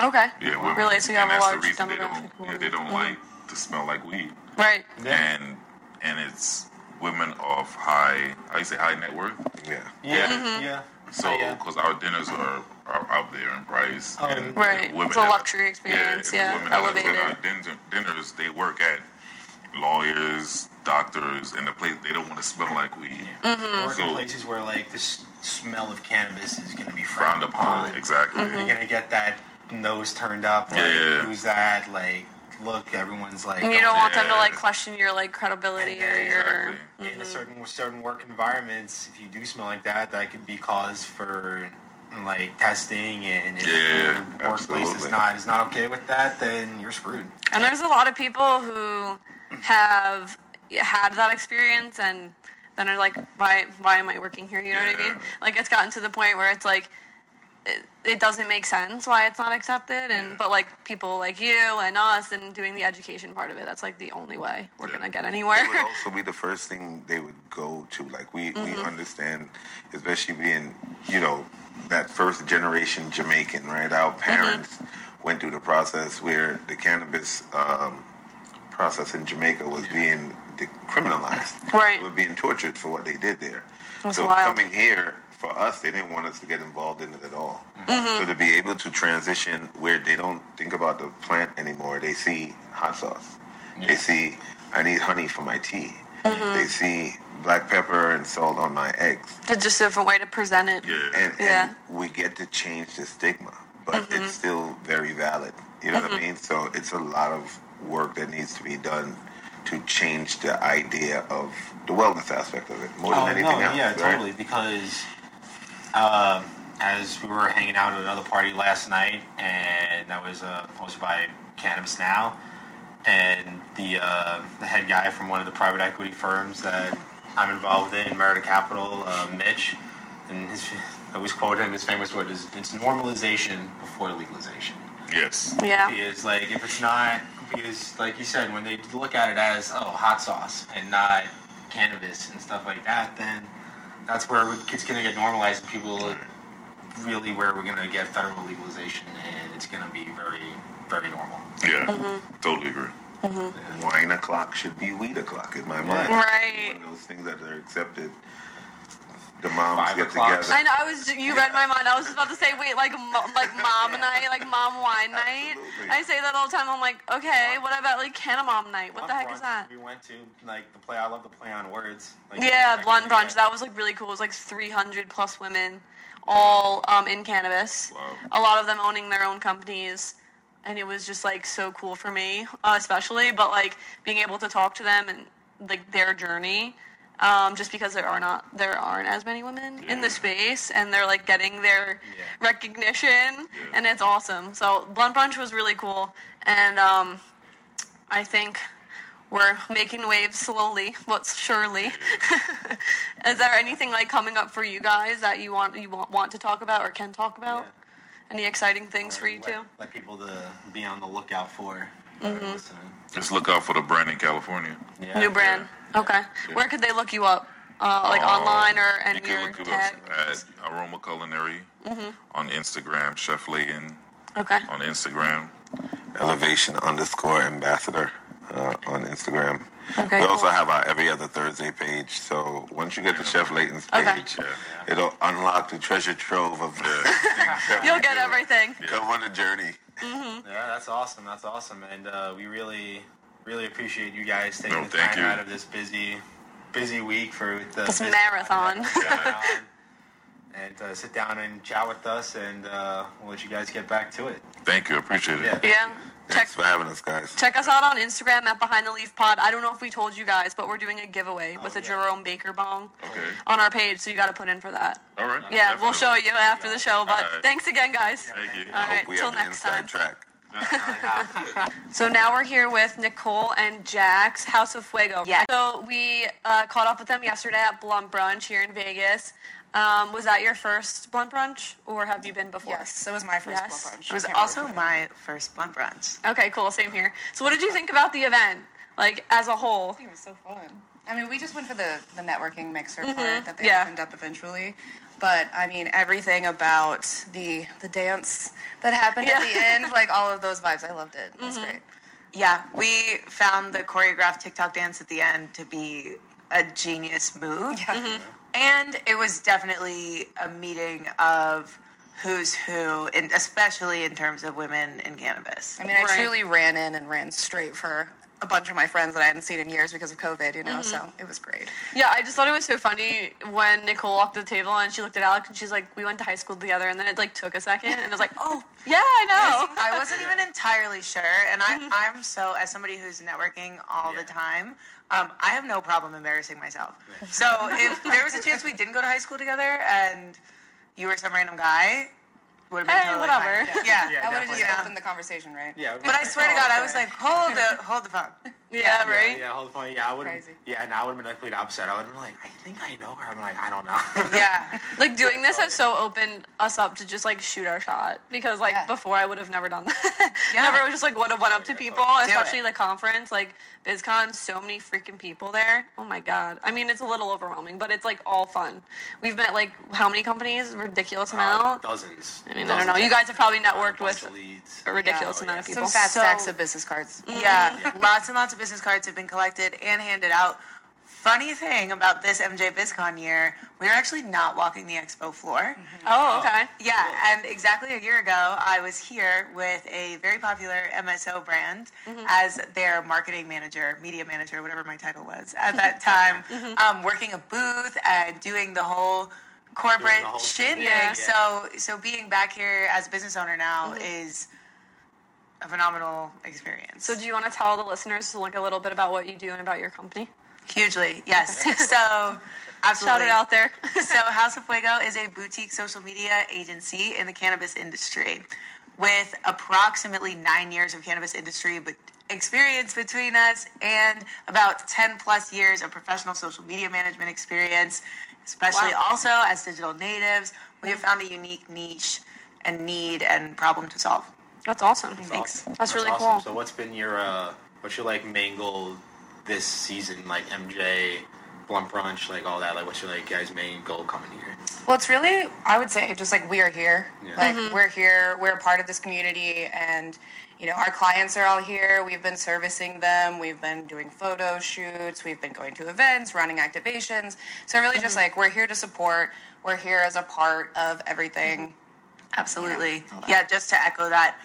B: okay,
C: Yeah, women.
B: really, so you have
C: and
B: a
C: that's
B: large
C: the reason they
B: demographic.
C: don't, yeah, they don't like to smell like weed.
B: Right.
A: Yeah.
C: and and it's women of high I say high net worth.
D: Yeah.
A: Yeah.
B: Mm-hmm.
C: Mhm.
A: Yeah.
C: So
A: Oh, yeah.
C: because our dinners are, are out there in price,
A: Oh,
C: and,
B: Right.
C: and women
B: It's a
C: that-
B: luxury experience,
C: and
B: yeah,
C: women that
B: elevated.
C: Our dinner, dinners they work at lawyers, doctors, and the place they don't want to smell like weed.
B: Mm-hmm.
A: Or
C: So-
A: in places where like the s- smell of cannabis is going to be
C: Frowned
A: frowned
C: upon,
A: upon.
C: exactly.
A: You're
B: Mm-hmm.
A: going to get that nose turned up. Like,
C: Yeah.
A: Who's that? Like, look, everyone's like.
B: And you don't want them to
C: Yeah.
B: like question your like credibility or your.
C: Exactly.
A: in a certain certain work environments, if you do smell like that, that could be cause for like testing and if
C: Yeah,
A: the workplace is
D: absolutely.
A: not is not okay with that, then you're screwed.
B: And there's a lot of people who have had that experience and then are like, why, why am I working here? You know what I mean?
C: Yeah.
B: Like it's gotten to the point where it's like, it, it doesn't make sense why it's not accepted. And but like people like you and us and doing the education part of it, that's like the only way we're
C: Yeah.
B: gonna get anywhere.
D: It would also be the first thing they would go to. Like we, we understand, especially being, you know, that first generation Jamaican, right? Our parents went through the process where the cannabis um, process in Jamaica was being decriminalized.
B: Right.
D: They were being tortured for what they did there.
B: That's
D: so
B: wild.
D: coming here for us, they didn't want us to get involved in it at all.
B: Mm-hmm.
D: So to be able to transition where they don't think about the plant anymore, they see hot sauce. They see I need honey for my tea.
B: Mm-hmm.
D: They see black pepper and salt on my eggs.
B: it's just a different way to present it.
C: Yeah.
D: And,
B: Yeah. Mm-hmm.
D: and we get to change the stigma, but it's still very valid. You know what I mean? So it's a lot of work that needs to be done to change the idea of the wellness aspect of it more than anything else.
A: Oh, yeah,
D: right?
A: totally. Because um, as we were hanging out at another party last night, and that was uh, hosted by Cannabis Now, and the uh, the head guy from one of the private equity firms that I'm involved in, Merida Capital, uh, Mitch, and his, I always quote him. His famous word is, "It's normalization before legalization."
C: Yes.
B: Yeah.
A: Is like if it's not because like you said, when they look at it as oh hot sauce and not cannabis and stuff like that, then that's where we- it's gonna get normalized. And people really where we're gonna get federal legalization, and it's gonna be very very normal.
C: Yeah.
B: Mm-hmm.
C: Totally agree.
D: Wine o'clock should be weed o'clock in my mind.
B: Right.
D: One of those things that are accepted. The moms
A: Five
D: get
A: o'clock.
D: together.
B: I know. I was. You read my mind. I was just about to say, wait, like, mo- like mom night, like mom wine night.
D: Absolutely.
B: I say that all the time. I'm like, okay, what about like can mom night? What the heck is that?
A: We went to like the play. I love the play on words. Like,
B: Yeah,
A: like,
B: blunt brunch. That was like really cool. It was like 300 plus women, all um, in cannabis.
C: Wow.
B: A lot of them owning their own companies, and it was just like so cool for me, uh, especially. But like being able to talk to them and like their journey, um, just because there are not there aren't as many women in the
C: Yeah.
B: space, and they're like getting their
A: Yeah.
B: recognition, and it's awesome. So blunt brunch was really cool, and um, I think we're making waves slowly but surely. Is there anything like coming up for you guys that you want you want, want to talk about or can talk about?
A: Yeah.
B: Any exciting things for you
A: let,
B: too? Mm-hmm.
A: Let people to be on the lookout for. listening.
C: Just look out for the brand in California.
A: Yeah.
B: New brand. Okay. Where could they look you up? Uh, like
C: Um,
B: online or and
C: you
B: your Mm-hmm.
C: can look it
B: tag?
C: up at Aroma Culinary on Instagram, Chef Layton
B: Okay.
C: on Instagram.
D: Elevation underscore ambassador uh, on Instagram.
B: Okay,
D: we also
B: cool.
D: have our every other Thursday page. So once you get to Chef Layton's page,
B: Okay.
D: it'll unlock the treasure trove of the.
B: You'll get everything.
D: Come on the journey.
E: Yeah, that's awesome. That's awesome, and uh, we really, really appreciate you guys taking
C: No,
E: the
C: thank
E: time
C: you.
E: out of this busy, busy week for the
B: This
E: busy-
B: marathon.
E: marathon. and uh, sit down and chat with us, and uh, we'll let you guys get back to it.
C: Thank you. Appreciate it.
E: Yeah.
B: Yeah. Check
D: Thanks for having us, guys.
B: check us out on Instagram at Behind the Leaf Pod. I don't know if we told you guys, but we're doing a giveaway with a
E: yeah.
B: Jerome Baker bong
C: Okay.
B: on our page, so you got to put in for that.
C: All right.
B: Yeah, we'll
C: Definitely.
B: show you after the show. But
C: Alright.
B: thanks again, guys.
C: Thank you.
B: All right,
D: Hope we
B: till
D: have an
B: next time.
D: inside track.
B: So now we're here with Nicole and Jax, House of Fuego.
F: Yeah.
B: So we uh, caught up with them yesterday at Blunt Brunch here in Vegas. Um, was that your first Blunt Brunch, or have you been before?
F: Yes, it was my first
B: Yes.
F: blunt brunch.
B: It
F: It
B: was
F: was
B: Okay.
F: also my first blunt brunch.
B: Okay, cool. Same here. So what did you think about the event, like as a whole?
F: It was so fun. I mean, we just went for the, the networking mixer part that they
B: yeah.
F: opened up eventually. But I mean, everything about the the dance that happened at
B: Yeah.
F: the end, like all of those vibes, I loved it. It was great.
G: Yeah, we found the choreographed TikTok dance at the end to be a genius move. And it was definitely a meeting of who's who, and especially in terms of women in cannabis.
F: I mean, I
B: Right.
F: truly ran in and ran straight for a bunch of my friends that I hadn't seen in years because of COVID, you know. So it was great.
B: Yeah, I just thought it was so funny when Nicole walked to the table and she looked at Alex and she's like, "We went to high school together," and then it like took a second, and I was like, "Oh, yeah, I know."
G: I wasn't even entirely sure, and I,
B: Mm-hmm.
G: I'm so as somebody who's networking all the time, um, I have no problem embarrassing myself. So if there was a chance we didn't go to high school together and you were some random guy, would have been
B: Hey,
G: totally
B: whatever.
G: fine. Yeah.
F: I would have just
G: definitely.
F: opened the conversation, right?
E: Yeah,
G: But I swear to God, I was like, hold the hold the phone.
B: Yeah, right.
E: Yeah, yeah, hold the phone. Yeah, I would.
F: Crazy.
E: Yeah, and I would have been like complete upset. I would have been like, I think I know her. I'm like, I don't know.
G: Yeah.
B: Like doing this has so opened us up to just like shoot our shot because like
F: Yeah.
B: before I would have never done that.
G: Yeah.
B: never would just like would have went up to people,
G: it.
B: especially the conference like BizCon. So many freaking people there. Oh my god. I mean, it's a little overwhelming, but it's like all fun. We've met like how many companies?
E: Uh,
B: Ridiculous amount.
E: dozens.
B: I mean, I don't know. You guys have probably networked with
E: leads.
B: a ridiculous
E: Yeah.
B: amount of people.
F: Some fat
G: So-
F: stacks of business cards.
G: Yeah. Lots and lots of business cards have been collected and handed out. Funny thing about this MJ BizCon year, we were actually not walking the expo floor.
B: oh, okay.
G: Yeah, and exactly a year ago, I was here with a very popular MSO brand
B: Mm-hmm.
G: as their marketing manager, media manager, whatever my title was at that time,
B: Mm-hmm.
G: um, working a booth and doing the whole corporate
E: whole thing.
G: shindig.
B: Yeah.
G: So, so being back here as a business owner now is a phenomenal experience.
B: Mm-hmm. So, do you want to tell the listeners to look a little bit about what you do and about your company?
G: Hugely, yes. so,
B: Shout
G: absolutely.
B: it out there.
G: so House of Fuego is a boutique social media agency in the cannabis industry with approximately nine years of cannabis industry but experience between us and about 10 plus years of professional social media management experience, especially
B: Wow.
G: also as digital natives. We have found a unique niche and need and problem to solve.
B: That's awesome.
G: Thanks.
B: That's really
E: awesome.
B: cool.
E: So what's been your uh what's your like main goal this season, like MJ, blunt brunch, like all that? Like what's your like guys' main goal coming here?
F: Well, it's really, I would say, just like we are here.
E: Yeah.
F: Like we're here, we're a part of this community, and you know our clients are all here. We've been servicing them. We've been doing photo shoots. We've been going to events, running activations. So really, just like we're here to support. We're here as a part of everything.
G: Absolutely.
F: all that.
G: Yeah, just to echo that,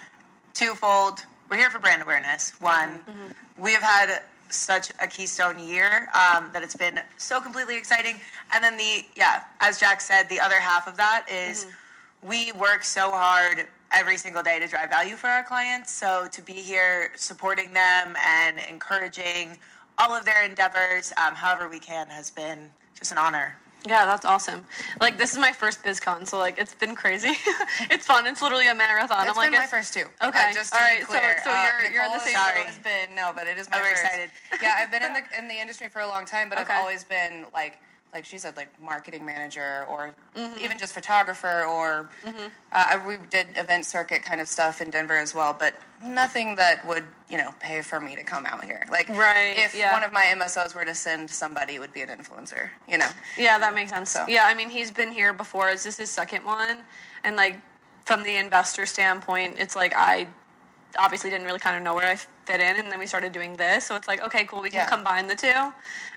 G: twofold. We're here for brand awareness. One,
F: Mm-hmm,
G: we have had such a keystone year um, that it's been so completely exciting. And then the yeah, as Jack said, the other half of that is
F: Mm-hmm.
G: we work so hard every single day to drive value for our clients. So to be here supporting them and encouraging all of their endeavors, um, however we can, has been just an honor.
B: Yeah, that's awesome. Like this is my first BizCon, so like it's been crazy. it's fun. It's literally a marathon.
F: It's
B: I'm like
F: been my
B: it's-
F: first two.
B: Okay.
F: Uh, just to
B: All
F: be
B: right. So-
F: clear.
B: so
F: Uh,
B: you're- you're on the
F: Nicole's
B: same
F: has
G: page.
F: always been no, but it is my
G: Oh, we're
F: first.
G: excited.
F: Yeah, I've been in the in the industry for a long time, but
B: Okay.
F: I've always been like like she said, like marketing manager or
B: Mm-hmm.
F: even just photographer or uh, we did event circuit kind of stuff in Denver as well, but nothing that would you know pay for me to come out here. Like
B: Right,
F: if
B: yeah.
F: one of my MSOs were to send somebody, it would be an influencer. You know,
B: Yeah, that makes sense.
F: So-
B: Yeah, I mean he's been here before. Is this his second one? And like from the investor standpoint, it's like I obviously didn't really kind of know where I fit in, and then we started doing this. So it's like, okay, cool, we can
G: Yeah.
B: combine the two.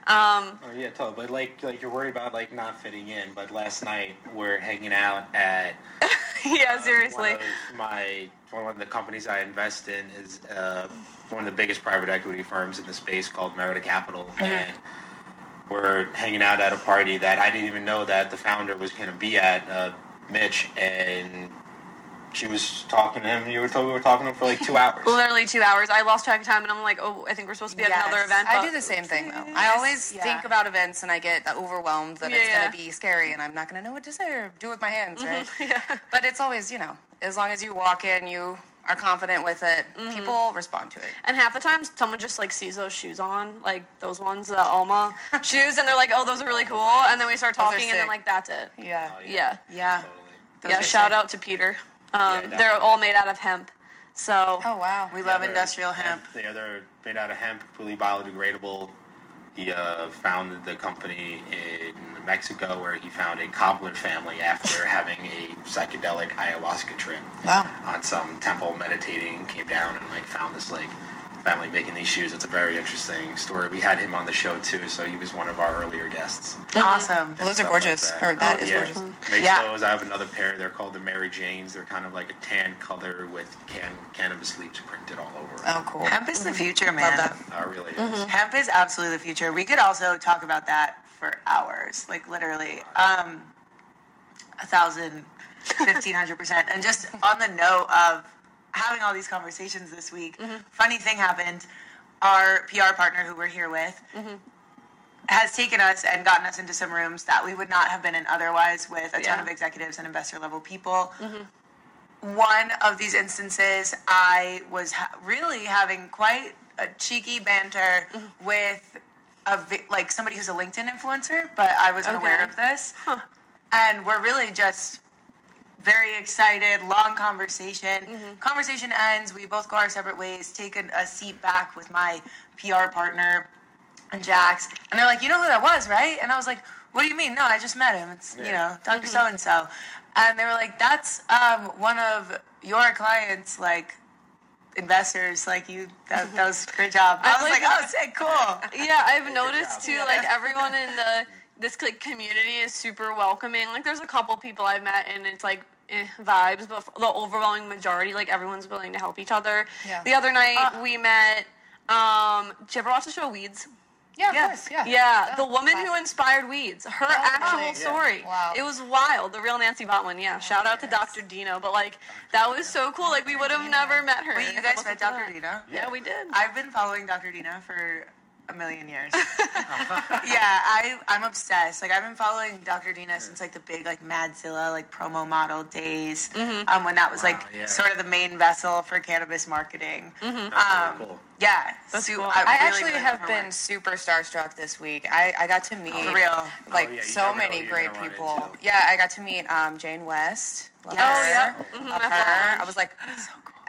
B: Um,
A: Oh yeah, totally. But like, like you're worried about like not fitting in. But last night we're hanging out at
B: yeah,
A: one
B: seriously.
A: of my one of the companies I invest in is uh, one of the biggest private equity firms in the space called Merida Capital,
B: Mm-hmm.
A: and we're hanging out at a party that I didn't even know that the founder was going to be at, uh, Mitch, and she was talking to him. You were told we were talking to him for like two hours.
B: Literally two hours. I lost track of time, and I'm like, oh, I think we're supposed to be at
G: Yes.
B: another event.
F: I
B: but-
F: do the same thing though. I always
G: Yeah.
F: think about events and I get overwhelmed that it's
B: Yeah,
F: going to
B: yeah.
F: be scary and I'm not going to know what to say or do with my hands, right?
B: Yeah.
F: But it's always, you know, as long as you walk in, you are confident with it, people respond to it.
B: And half the time, someone just like sees those shoes on, like those ones, the Alma shoes, and they're like, "Oh, those are really cool." And then we start
F: Those are
B: talking, and then
F: sick.
B: like that's it. Yeah,
F: Yeah.
A: Oh,
B: yeah.
G: Yeah. Those
B: yeah
G: are
B: shout
G: sick.
B: out to Peter.
A: Yeah,
B: Um,
A: definitely.
B: they're all made out of hemp, so
F: Oh wow.
G: We love industrial hemp.
A: The other made out of hemp, completely biodegradable. He uh, founded the company in Mexico, where he found a cobbler family after having a psychedelic ayahuasca trip
F: Wow.
A: on some temple meditating. Came down and like found this like family making these shoes. It's a very interesting story. We had him on the show too, so he was one of our earlier guests.
G: Awesome.
F: Mm-hmm. Well, Oh, those
A: Stuff like
F: are gorgeous.
A: that.
F: Or that
A: Oh,
F: is
A: yeah.
F: gorgeous.
A: Makes
G: Yeah.
A: those. I have another pair. They're called the Mary Janes. They're kind of like a tan color with can- cannabis leaves printed all over. 'em.
F: Oh cool.
G: Hemp is the future, man.
F: Love that.
A: Uh, really is.
B: Mm-hmm.
G: Hemp is absolutely the future. We could also talk about that for hours, like literally, um, a thousand, fifteen hundred percent. And just on the note of having all these conversations this week, funny thing happened. Our PR partner, who we're here with, has taken us and gotten us into some rooms that we would not have been in otherwise with a ton
B: Yeah.
G: of executives and investor level people one of these instances, I was ha- really having quite a cheeky banter with a vi- like somebody who's a LinkedIn influencer, but I wasn't aware
B: Okay.
G: of this. And we're really just very excited, long conversation. Conversation ends. We both go our separate ways. Take a, a seat back with my PR partner and Jax, and they're like, "You know who that was, right?" And I was like, "What do you mean? No, I just met him. It's you know, Doctor So and So." And they were like, "That's um, one of your clients, like." Investors like you, that, that was a great job. Mm-hmm. I
B: I
G: was like,
B: like
G: oh, sick, cool.
B: yeah i've noticed too like everyone in the this like community is super welcoming like there's a couple people i've met and it's like eh, vibes but the overwhelming majority like everyone's willing to help each other
F: Yeah.
B: the other night we met um did you ever watch the show weeds
F: Yeah,
G: Yeah.
F: of course. Yeah.
B: yeah, the woman who
F: classic.
B: inspired Weeds, her actual
F: really?
B: story.
F: Wow. Oh,
B: It was wild. The real Nancy Botwin, yeah. Shout out to Dr. Dino, but like that was so cool. Like we would have never met her.
G: Wait, you
B: if it
G: guys
B: wasn't
G: met
B: for
G: Dr.
B: that.
G: Dina?
B: Yeah, we did.
G: I've been following Dr. Dina for a million years. yeah, I I'm obsessed. Like I've been following Dr. Dina since like the big like Madzilla like promo model days. Um, when that was like
A: Wow, yeah. Mm-hmm,
G: sort of the main vessel for cannabis marketing.
B: Um,
A: That's really cool.
G: Yeah, so
B: cool. I
G: I, really,
F: I actually
G: really
F: have
G: love her
F: been
G: work.
F: super starstruck this week. I, I got to meet
G: for real.
F: like
A: Oh, yeah, you
F: so
A: never know
F: many
A: who you're
F: great
A: gonna run
F: people.
A: into.
F: Yeah, I got to meet um, Jane West. Love
G: Yes.
F: her.
B: Mhm,
F: Love
B: I
F: her.
B: followed.
F: I was like,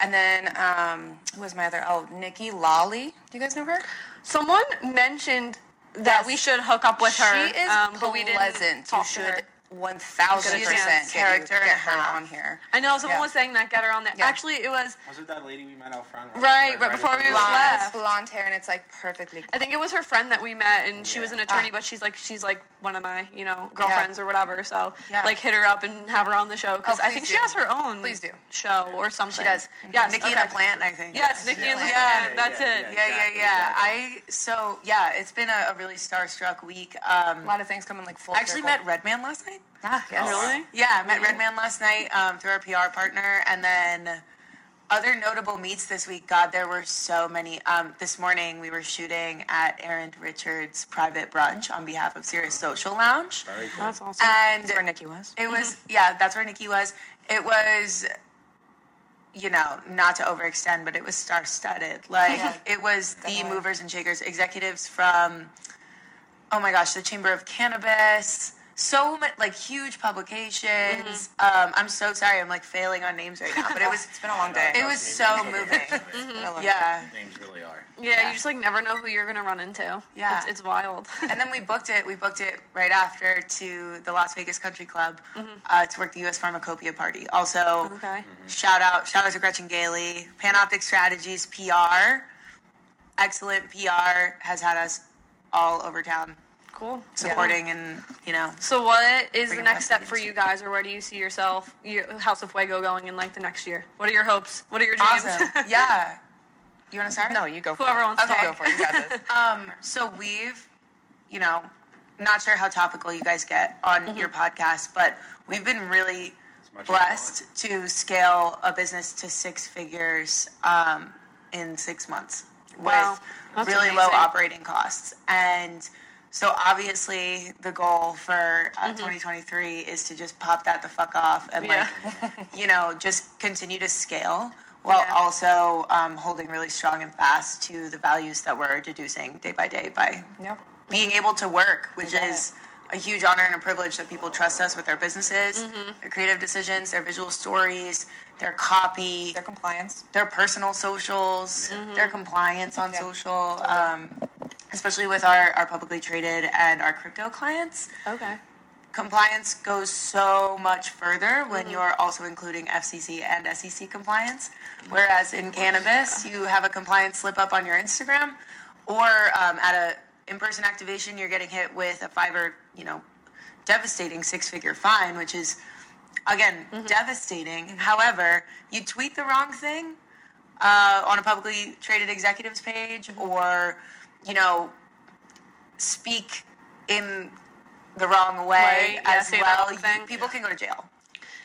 F: and then um, who was my other? Oh, Nikki Lolly. Do you guys know her?
B: Someone mentioned that
F: Yes.
B: we should hook up with her.
F: She is
B: um, but we didn't
F: pleasant. You
B: talk to her.
F: should one thousand
B: Good
F: percent
B: chance.
F: character
G: Character and
F: get
G: a
F: her
G: half.
F: on here.
B: I know someone
F: Yeah.
B: was saying that. Get her on there.
F: Yeah.
B: Actually, it was.
A: Was it that lady we met out front?
B: Right, right before
A: at the
B: we
A: bar?
B: left.
F: It's blonde hair and it's like perfectly.
B: I think it was her friend that we met, and she was
A: Yeah.
B: an attorney,
F: Ah.
B: but she's like she's like one of my you know girlfriends or whatever. So
G: Yeah.
B: like hit her up and have her on the show because
F: Oh,
B: I
F: please
B: think
F: do.
B: she has her own
F: Please do.
B: show or something.
F: does.
B: Yeah,
G: Nikki and a plant, I think.
B: Yes, Nikki and the
F: Yeah,
B: Plant.
A: yeah,
B: That's
A: yeah,
B: it.
A: yeah.
G: Yeah,
A: Exactly,
G: yeah, yeah.
A: exactly.
G: I so yeah, it's been a, a really starstruck week. Um,
F: A lot of things coming like full.
G: I actually met Redman last night.
F: Ah, yes.
B: Really?
G: Yeah, I met Redman last night um, through our PR partner, and then other notable meets this week. God, there were so many. Um, this morning we were shooting at Aaron Richards' private brunch on behalf of Serious Social Lounge,
A: Very cool.
B: That's awesome.
G: and
F: Where Nikki was.
G: it was yeah, that's where Nikki was. It was, you know, not to overextend, but it was star-studded. Like
F: Yeah.
G: it was the
F: Definitely.
G: movers and shakers, executives from, oh my gosh, the Chamber of Cannabis, so much like huge publications. Um, I'm so sorry, I'm like failing on names right now, but it was
F: Mm-hmm. it's been a Mm-hmm. long day.
G: it was so moving. Yeah,
E: Names really are.
B: Yeah, you just like never know who you're gonna run into.
G: Yeah.
B: it's, it's wild.
G: and then we booked it. We booked it right after to the Las Vegas Country Club
F: Mm-hmm.
G: uh, to work the U.S. Pharmacopoeia party. Also, Mm-hmm.
B: okay.
G: Shout out, shout out to Gretchen Gailey, Panoptic Strategies PR. Excellent PR has had us all over town
B: Cool.
G: supporting and you know.
B: So what is the
G: Bring
B: next
G: it back
B: step for
G: again.
B: you guys, or where do you see yourself, your House of Fuego, going in like the next year? What are your hopes? What are your dreams?
G: yeah. You want to start?
F: No, you go for
B: Whoever
F: it.
B: wants to
F: You
G: Okay.
F: go for it. You got this.
G: Um, so we've, you know, not sure how topical you guys get on
B: Mm-hmm.
G: your podcast, but we've been really
E: much as you
G: blessed to scale a business to six figures um, in six months
B: Wow.
G: with
B: That's
G: really low
B: amazing.
G: operating costs. And so obviously the goal for uh, 2023 is to just pop that the fuck off and
B: Mm-hmm. Yeah.
G: like, you know, just continue to scale while
B: Yeah.
G: also um, holding really strong and fast to the values that we're deducing day by day by
F: Yep.
G: being able to work, which
F: Yeah.
G: is a huge honor and a privilege that people trust us with their businesses,
F: Mm-hmm.
G: their creative decisions, their visual stories, their copy,
F: Their compliance.
G: their personal socials, their compliance on
F: Yeah.
G: social, um, especially with our, our publicly traded and our crypto clients.
B: Okay.
G: Compliance goes so much further when you're also including FCC and SEC compliance. Whereas in cannabis, you have a compliance slip up on your Instagram, or um, at a in-person activation, you're getting hit with a fiver, you know, devastating six-figure fine, which is again
B: Mm-hmm.
G: devastating. However, you tweet the wrong thing, uh, on a publicly traded executives page
B: Mm-hmm.
G: or you know speak in the wrong way
B: Right, yeah,
G: as
B: say the
G: well
B: wrong
G: you-
B: thing.
G: people can go to jail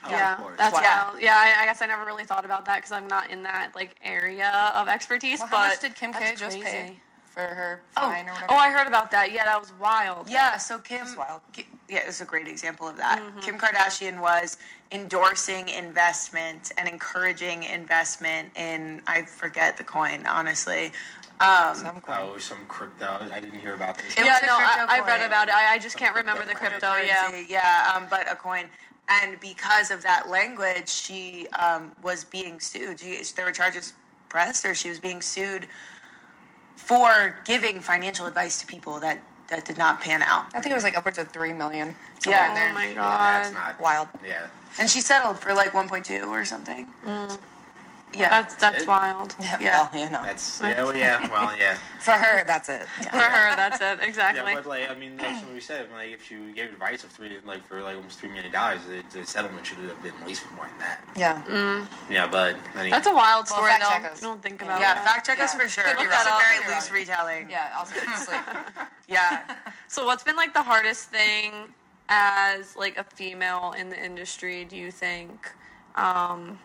B: yeah,
E: course.
B: that's
G: Yeah.
B: wild. Yeah, I, I guess I never really thought about that because I'm not in that like area of expertise.
F: Well,
B: but
F: how much did Kim K
B: that's
F: just pay
B: crazy.
F: for her
B: Oh,
F: fine or whatever?
B: oh, I heard about that. Yeah, that was wild.
G: yeah so kim
F: wild.
G: Ki- yeah it's a great example of that
B: Mm-hmm.
G: kim kardashian was endorsing investment and encouraging investment in i forget the coin honestly um,
F: Some coin.
E: Oh, some crypto. I didn't hear about this.
G: It
B: yeah,
G: was a
B: no, I,
G: crypto
B: I read
G: coin.
B: about it. I, I just can't remember the
E: crypto
B: crypto. Yeah.
G: currency, Oh, yeah, um, but a coin. And because of that language, she um, was being sued. She, there were charges pressed, or she was being sued for giving financial advice to people that that did not pan out.
F: I think it was like upwards of three million. somewhere
G: Yeah.
B: Oh
F: in there.
B: my god.
E: that's not
F: Wild.
E: Yeah,
G: And she settled for like 1.2 or something. Yeah,
B: That's that's wild.
G: Yeah.
F: Well, you know.
E: that's yeah, well, yeah, well, yeah.
F: For her, that's it.
B: For her, that's it.
E: Yeah,
B: Exactly.
E: but like I mean, that's what we said. Like, if you gave advice of three, like for like almost three million dollars, the, the settlement should have been at least more than that.
F: Yeah.
E: Yeah, but I mean,
B: That's a wild
F: Well,
B: story
F: fact check
B: though.
F: us.
B: You don't think about
G: yeah.
B: that.
G: Fact check us
F: Yeah.
G: for sure.
F: Could
G: It's
F: look that
G: a
F: up.
G: very loose retelling.
F: Yeah, I'll sleep.
G: yeah.
B: So what's been like the hardest thing as like a female in the industry, do you think? Um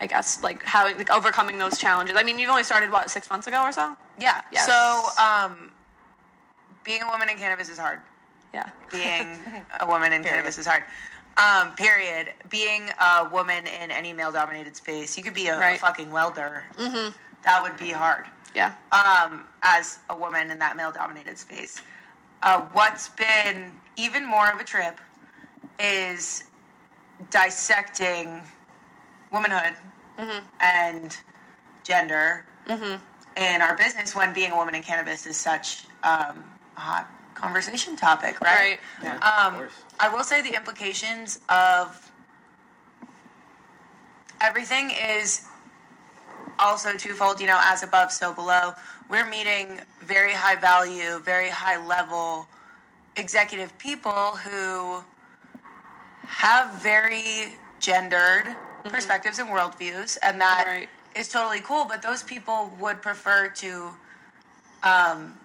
B: I guess like how like overcoming those challenges. I mean, you've only started what, six months ago or so?
G: Yeah.
B: Yes.
G: So, um, being a woman in cannabis is hard.
B: Yeah.
G: being a woman in cannabis is hard. Um, period. Being a woman in any male dominated space, you could be a, a
B: Right. Mm-hmm.
G: fucking welder. That would be hard
B: Yeah.
G: um, as a woman in that male dominated space. Uh, what's been even more of a trip is dissecting womanhood
B: Mm-hmm.
G: and gender in our business when being a woman in cannabis is such um, a hot conversation topic,
B: Right.
E: yeah, of
G: um,
E: course.
G: I will say the implications of everything is also twofold, you know, as above, so below. We're meeting very high value, very high level executive people who have very gendered perspectives and worldviews, and that is
B: Right.
G: totally cool. But those people would prefer to, um,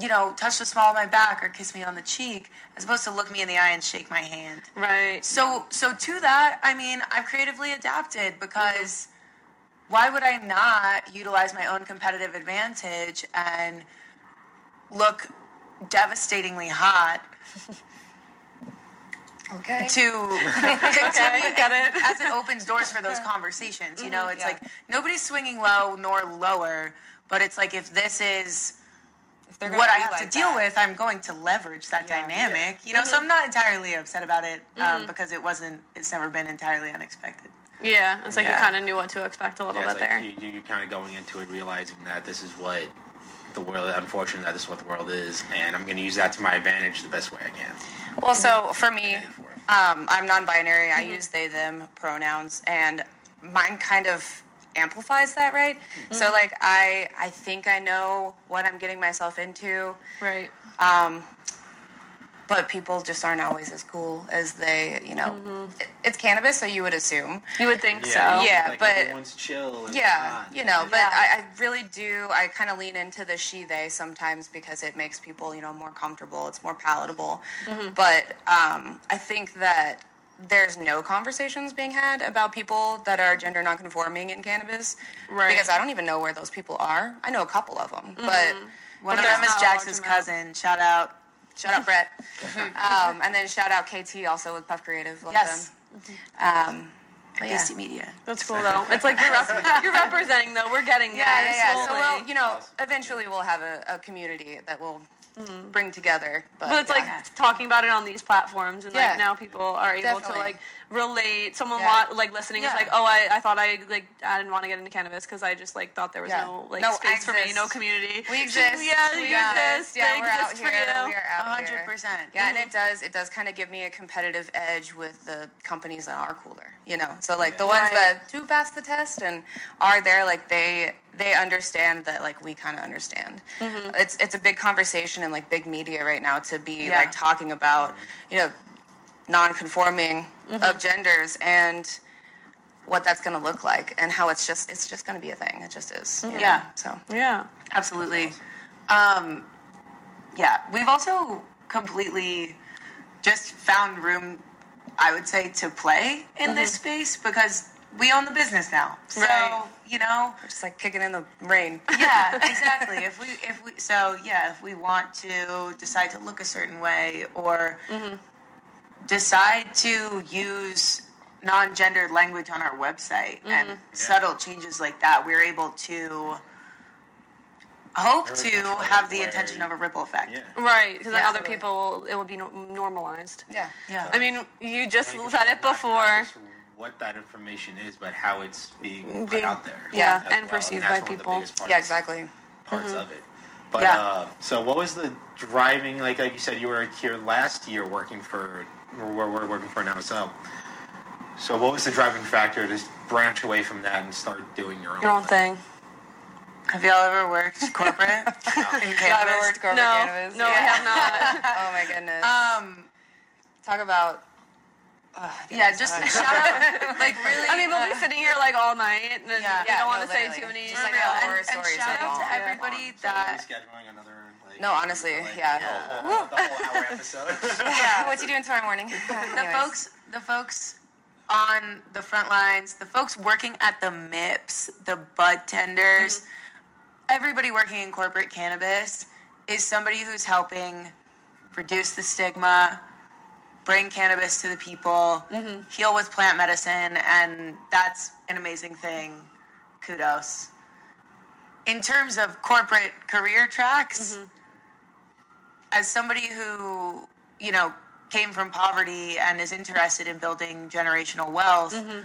G: you know, touch the small of my back or kiss me on the cheek, as opposed to look me in the eye and shake my hand.
B: Right.
G: So, so to that, I mean, I've creatively adapted because why would I not utilize my own competitive advantage and look devastatingly hot
F: Okay.
G: to continue
B: Get it?
G: as it opens doors for those conversations. You know, it's
F: Mm-hmm, yeah.
G: like nobody's swinging low nor lower, but it's like if this is
F: if they're going
G: what
F: to
G: I
F: be
G: have
F: like
G: to deal
F: that,
G: with, I'm going to leverage that
F: Yeah. Mm-hmm.
G: dynamic. You know, so I'm not entirely upset about it um, because it wasn't. It's never been entirely unexpected.
B: Yeah, it's like you
G: Yeah.
B: kind of knew what to expect a little
E: Yeah, it's
B: bit
E: like
B: there.
E: You, you- you're kind of going into it realizing that this is what the world. Unfortunately, that this is what the world is, and I'm going to use that to my advantage the best way I can.
F: Well, so for me,
E: For it.
F: um, I'm non-binary. I use they them pronouns, and mine kind of amplifies that, right? So like I I think I know what I'm getting myself into,
B: Right.
F: but people just aren't always as cool as they you know. It- it's cannabis, so you would assume.
B: You would think so.
F: Yeah,
E: like
F: but-
E: everyone's chill. And
F: Yeah,
E: not.
F: you know, but
B: Yeah.
F: I, I really do. I kind of lean into the she they sometimes because it makes people, you know, more comfortable. It's more palatable.
B: Mm-hmm.
F: But um, I think that there's no conversations being had about people that are gender nonconforming in cannabis,
B: Right.
F: Because I don't even know where those people are. I know a couple of them, but
G: One of
B: there's
G: them is
B: not a
G: Jax's
B: large amount.
G: cousin. Shout out.
F: shout out Brett,
B: Mm-hmm.
F: um, and then shout out KT also with Puff Creative. Love
G: Yes.
F: them. Um, but yeah.
G: Tasty Media.
B: That's cool though. It's like you're, rep- you're representing though. We're getting
F: Yeah,
B: there.
F: yeah, yeah. So
B: slowly.
F: we'll, you know, eventually we'll have a, a community that we'll bring together. But,
B: but Mm-hmm. it's like
F: yeah.
B: talking about it on these platforms and
F: Yeah.
B: like now people are able
F: Definitely.
B: to like relate someone
F: Yeah.
B: wa- like listening
F: Yeah.
B: is like oh I, I thought i like i didn't want to get into cannabis because i just like thought there was
F: Yeah.
B: no like
F: No, I
B: space for me no
F: exist.
B: community
F: we exist.
B: yeah
F: we
B: you exist
F: Yeah,
B: they
F: we're out
B: exist
F: here.
B: for
F: We
B: you
F: are out here.
G: 100%.
F: Yeah, and it does. It does kind of give me a competitive edge with the companies that are cooler. You know, so like the ones
B: Right.
F: that do pass the test and are there, like they they understand that like we kind of understand. It's it's a big conversation in like big media right now to be
G: Yeah.
F: like talking about you know non-conforming of genders and what that's going to look like and how it's just it's just going to be a thing it just is you know?
G: Yeah.
F: so
B: yeah
G: Absolutely. Um, yeah, we've also completely just found room, I would say, to play in this space because we own the business now. So,
B: Right.
G: you know,
F: we're just like kicking in the rain
G: yeah, exactly. if we, if we, so yeah, if we want to decide to look a certain way or
F: Mm-hmm.
G: decide to use non-gendered language on our website
F: Mm-hmm.
G: and subtle changes like that, we're able to hope
E: Very
G: to
E: controlled
G: have the
E: way.
G: intention of a ripple effect.
E: Yeah.
B: right because then
G: Yeah.
B: other people it will be no- normalized
F: yeah
G: Yeah.
B: i mean you just
E: Like,
B: said it
E: not
B: before
E: just What that information is, but how it's being, put
B: Being-
E: out there,
B: yeah,
E: as
B: and
E: well,
B: perceived
E: that's
B: by
E: one of the
B: people.
E: biggest parts-
F: yeah exactly
E: Parts of it. But
G: Yeah.
E: uh, so, what was the driving? Like, like you said, you were here last year working for where we're, we're working for now. So, so what was the driving factor to branch away from that and start doing your own,
B: your own thing
G: Have y'all ever worked corporate in
F: Y'all ever
G: cannabis?
F: worked corporate
B: no
F: cannabis?
B: no i
F: Yeah.
B: have not
F: oh my goodness
G: Um,
F: talk about
G: yeah, just
F: Uh,
G: shout out, like really.
B: i mean we'll be sitting here like all night and then
G: Yeah.
B: you
G: Yeah,
B: don't
F: no,
B: want to say
F: literally.
B: too many
F: Just like
G: real.
F: how
G: And,
F: horror
G: and
F: stories are
G: shout out to
F: long.
G: everybody
E: So are we
G: that
E: scheduling another, like,
F: No, honestly,
E: like,
F: yeah.
E: the whole- the whole hour episode.
F: what you doing tomorrow morning the
G: the folks, the folks on the front lines, the folks working at the MIPS, the bud tenders, everybody working in corporate cannabis is somebody who's helping reduce the stigma, bring cannabis to the people, heal with plant medicine, and that's an amazing thing. Kudos. In terms of corporate career tracks,
B: Mm-hmm.
G: as somebody who, you know, came from poverty and is interested in building generational wealth,
B: Mm-hmm.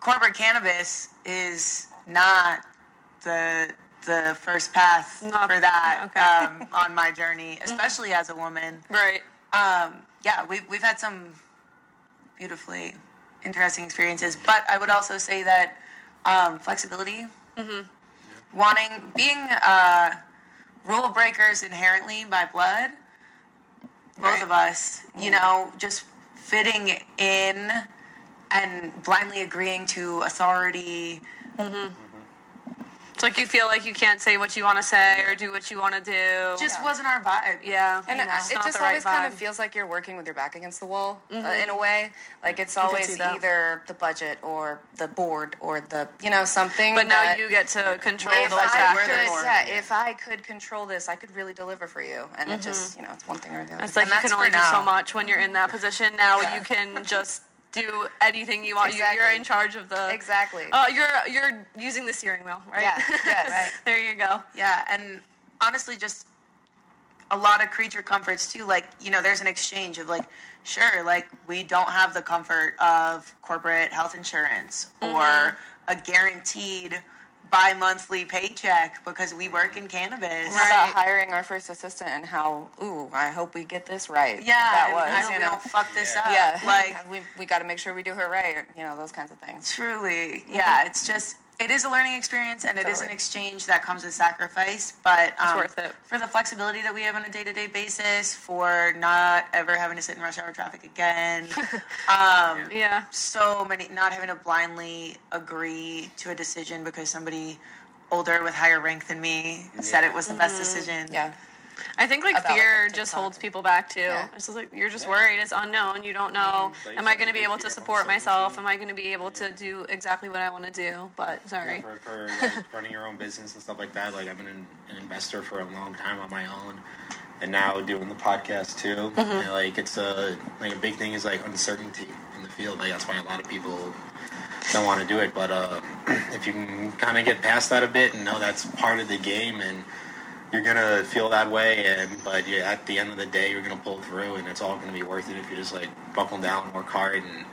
G: corporate cannabis is not the the first path
B: Not-
G: for that
B: okay. Mm-hmm.
G: um, on my journey, especially as a woman.
B: right
G: Um, yeah, we've we've had some beautifully interesting experiences, but I would also say that um, flexibility, wanting being uh, rule breakers inherently by blood, both of us, you know, just fitting in and blindly agreeing to authority.
B: It's like you feel like you can't say what you want to say or do what you want to do.
G: Just wasn't our vibe.
B: yeah,
F: and
B: you know,
F: it
B: it's not
F: just
B: the right
F: always kind
B: vibe.
F: of feels like you're working with your back against the wall uh, in a way like it's
B: see
F: always
B: that.
F: either the budget or the board or the you know something
B: But now
F: that-
B: you get to control
F: if
B: those
F: I
G: we're the
F: could,
B: factors.
G: board.
F: yeah, if I could control this, I could really deliver for you. And it just, you know, Mm-hmm. it's one thing or the other.
B: It's like
G: And
B: you
G: that's
B: can only
G: for
B: do so
G: now.
B: much when you're in that position. Now you can just do anything you want. You- You're
F: Exactly.
B: in charge of the
F: Exactly.
B: Oh, you're you're using the steering wheel, right?
F: Yeah, yes.
B: there you go.
G: Yeah, and honestly just a lot of creature comforts too. Like, you know, there's an exchange of like, sure, like we don't have the comfort of corporate health insurance
F: Mm-hmm.
G: or a guaranteed bi-monthly paycheck because we work in cannabis.
F: How about hiring our first assistant and how, ooh, I hope we get this right.
G: Yeah,
F: That
G: and
F: was,
G: I hope
F: you
G: we
F: know.
G: don't fuck this up.
F: yeah.
G: like
F: we, we got to make sure we do her right, you know, those kinds of things.
G: Truly,
B: Mm-hmm.
G: yeah. It's just it is a learning experience, and it is an
F: Totally.
G: exchange that comes with sacrifice. But um,
B: worth it.
G: for the flexibility that we have on a day-to-day basis, for not ever having to sit in rush hour traffic again,
B: Yeah.
G: so many not having to blindly agree to a decision because somebody older with higher rank than me said it was the
B: Mm-hmm.
G: best decision.
F: Yeah.
B: I think like
F: About, like,
B: fear
F: the
B: just
F: TikTok.
B: holds people back too.
F: Yeah.
B: It's just like you're just worried. It's unknown. You don't know.
E: But
B: Am
E: you
B: I
E: said
B: going to
E: you
B: be
E: did
B: able
E: fear
B: to
E: of
B: support
E: uncertainty.
B: myself? Am I going to be able to do exactly what I want to do? But sorry.
E: for, for like, running your own business and stuff like that. Like I've been an, an investor for a long time on my own, and now doing the podcast too.
F: Mm-hmm.
E: And, like it's a like a big thing is like uncertainty in the field. Like that's why a lot of people don't want to do it. But uh, if you can kind of get past that a bit and know that's part of the game and. You're gonna feel that way, and but you, at the end of the day, you're gonna pull through, and it's all gonna be worth it if you just like buckle down, work hard, and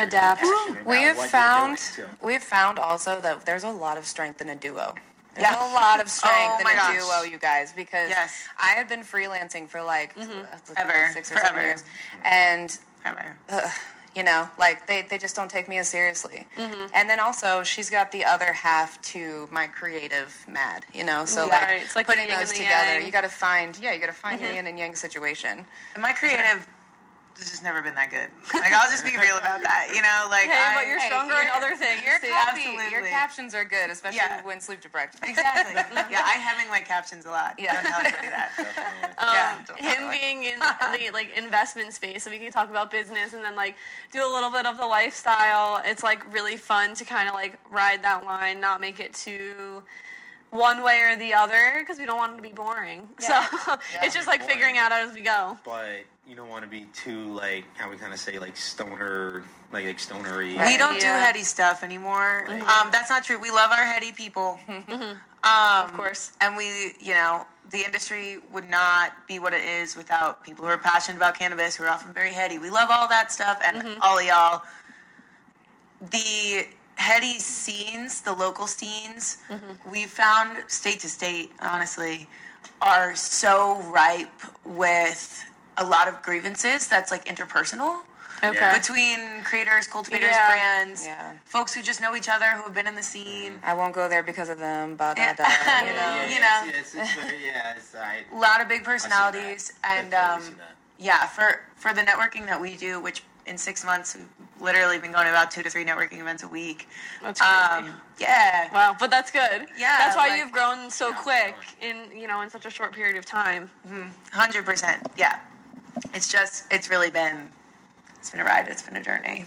B: Adapt.
E: passionate
F: We
E: about what
F: have
E: you're
F: found
E: doing, too.
F: we have found also that there's a lot of strength in a duo. There's a
G: Yeah.
F: lot of strength
G: Oh
F: in
G: my
F: a
G: gosh.
F: duo, you guys, because
G: Yes.
F: I had been freelancing for like uh,
G: Ever.
F: six or
G: Forever.
F: seven years, and
G: Forever.
F: you know, like they, they just don't take me as seriously. And then also, she's got the other half to my creative mad, you know. So
B: Yeah,
F: like
B: right. It's like the
F: putting
B: yin and
F: those
B: the
F: together,
B: yang.
F: you got to find yeah, you got to find the yin and yang situation.
G: And my creative has just never been that good. Like I'll just be real about that. You know, like
B: Hey, but
G: I-
B: you're stronger in
F: you're-
B: other things.
F: Your
B: too.
F: copy, your
G: absolutely.
F: captions are good, especially
G: Yeah.
F: when sleep deprived.
G: Exactly. yeah, I hang my captions a lot.
F: Yeah.
G: Don't tell anybody that.
E: Definitely.
G: yeah. don't tell
B: him
G: anybody.
B: being in the like investment space, so we can talk about business and then like do a little bit of the lifestyle. It's like really fun to kind of like ride that line, not make it too one way or the other because we don't want it to be boring. So it's just like
E: boring.
B: figuring out as we go.
E: but you don't want to be too like how we kind of say like stoner like like stonery.
G: We don't do
B: Yeah.
G: heady stuff anymore. Um, that's not true. We love our heady people.
B: Of course.
G: And we, you know, the industry would not be what it is without people who are passionate about cannabis, who are often very heady. We love all that stuff and all of y'all. The heady scenes, the local scenes, we found state to state, honestly, are so ripe with a lot of grievances that's like interpersonal
B: Okay.
E: Yeah.
G: between creators, cultivators,
B: Yeah.
G: brands,
F: Yeah.
G: folks who just know each other, who have been in the scene.
E: Mm-hmm.
F: I won't go there because of them. Ba da
G: Yeah.
F: da. You know.
G: you
E: yeah,
G: know.
E: It's, it's, it's, very- yeah, it's, I,
G: a lot of big
E: I've seen
G: personalities
E: that.
G: and
E: I've
G: um,
E: totally seen that.
G: yeah for for the networking that we do which in six months we've literally been going to about two to three networking events a week
B: That's crazy.
G: um, yeah
B: Wow, but that's good.
G: Yeah,
B: that's why
G: like-
B: you've grown so quick in you know in such a short period of time.
G: 100% yeah it's just it's really been it's been a ride it's been a journey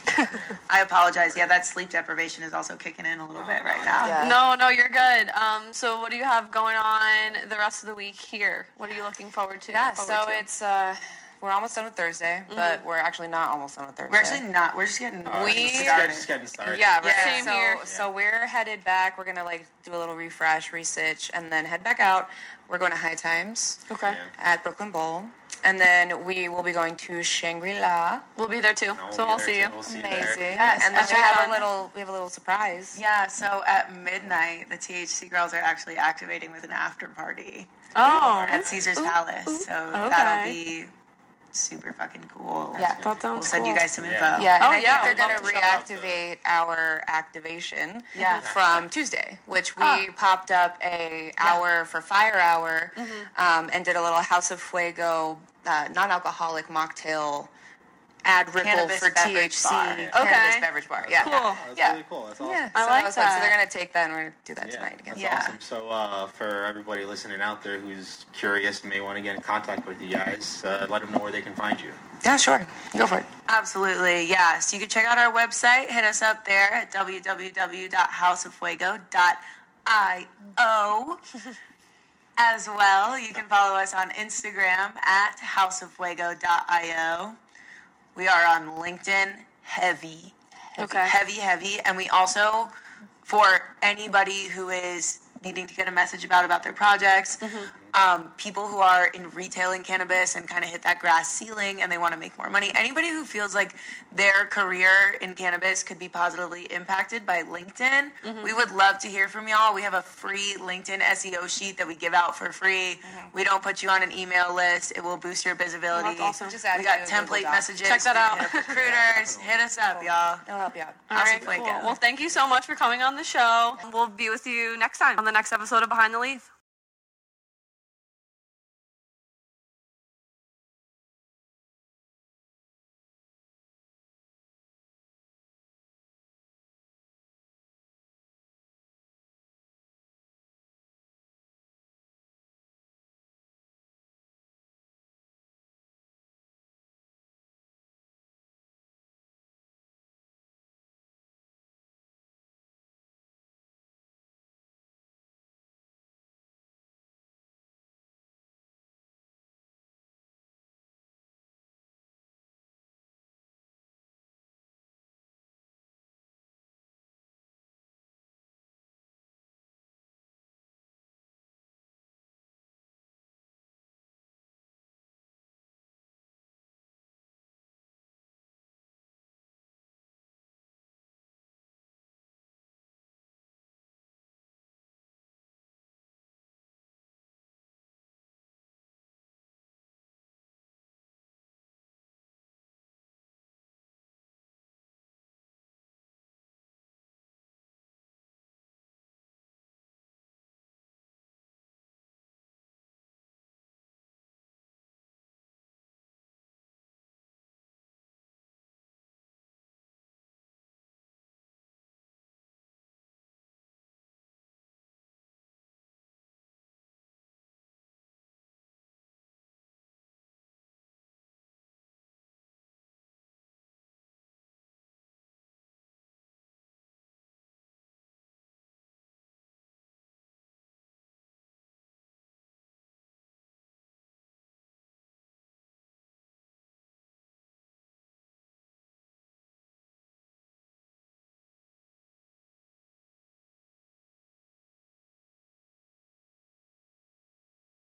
G: i apologize yeah that sleep deprivation is also kicking in a little bit right now
F: Yeah.
B: No, no, you're good. Um, so what do you have going on the rest of the week here? What are you looking forward to?
F: Yeah.
B: forward
F: So
B: to?
F: it's uh, we're almost done with Thursday, but we're actually not almost done with Thursday.
G: we're actually not we're just getting
F: We
E: Just
F: are-
E: getting- just getting started.
F: Yeah, right.
B: Yeah. Same
F: so,
B: here.
F: so we're headed back. We're gonna like do a little refresh, research, and then head back out. We're going to High Times
B: okay.
E: Yeah.
F: at Brooklyn Bowl, and then we will be going to Shangri La.
B: We'll be there too.
E: No,
B: so
E: we'll
B: we'll
E: be
B: see
E: there
B: you.
E: too. We'll see you there.
F: Amazing.
B: Yes,
F: and then we
B: okay.
F: have a little we have a little surprise.
G: yeah so at midnight the thc girls are actually activating with an after party
B: Oh,
G: at Caesar's Palace. So that'll be super fucking cool.
F: Yeah.
B: that sounds
G: We'll send you
B: cool.
G: guys some info.
E: Yeah.
F: Yeah, and
B: Oh,
F: I
B: yeah,
F: think they're
B: I'd
F: going to reactivate our activation
G: Yeah.
F: from Tuesday, which we
B: Ah.
F: popped up a hour for Fire Hour um, and did a little House of Fuego uh, non-alcoholic mocktail ad ripple
G: Cannabis
F: for
G: beverage
F: THC
G: bar.
F: cannabis
B: Okay.
F: beverage bar. Yeah.
B: cool.
E: That's
F: Yeah.
E: really cool. That's awesome.
F: Yeah,
B: I
F: so
B: like
F: was fun. So
B: that.
F: they're gonna take that and we're gonna do that
E: Yeah,
F: tonight again.
E: That's
G: Yeah.
E: awesome. So, uh, for everybody listening out there who's curious and may want to get in contact with you guys, uh, let them know where they can find you.
F: Yeah, sure. Go for it.
G: Absolutely, yeah. So you can check out our website. Hit us up there at www.houseoffuego.io. As well, you can follow us on Instagram at houseoffuego.io. We are on LinkedIn heavy.
B: Okay.
G: Heavy, heavy. And we also,
B: Mm-hmm.
G: for anybody who is needing to get a message about about their projects, um, people who are in retailing cannabis and kind of hit that grass ceiling and they want to make more money. Anybody who feels like their career in cannabis could be positively impacted by LinkedIn,
B: Mm-hmm.
G: we would love to hear from y'all. We have a free LinkedIn SEO sheet that we give out for free.
B: Mm-hmm.
G: We don't put you on an email list. It will boost your visibility.
B: awesome.
F: Just add
G: we
F: it
G: got
F: to the Google
G: template
F: Doc.
G: messages.
B: Check that
G: We
B: out.
G: hit up Recruiters, hit us up, y'all.
F: It'll help you out.
B: All right,
G: Awesome.
B: cool. Well, thank you so much for coming on the show. We'll be with you next time on the next episode of Behind the Leaf.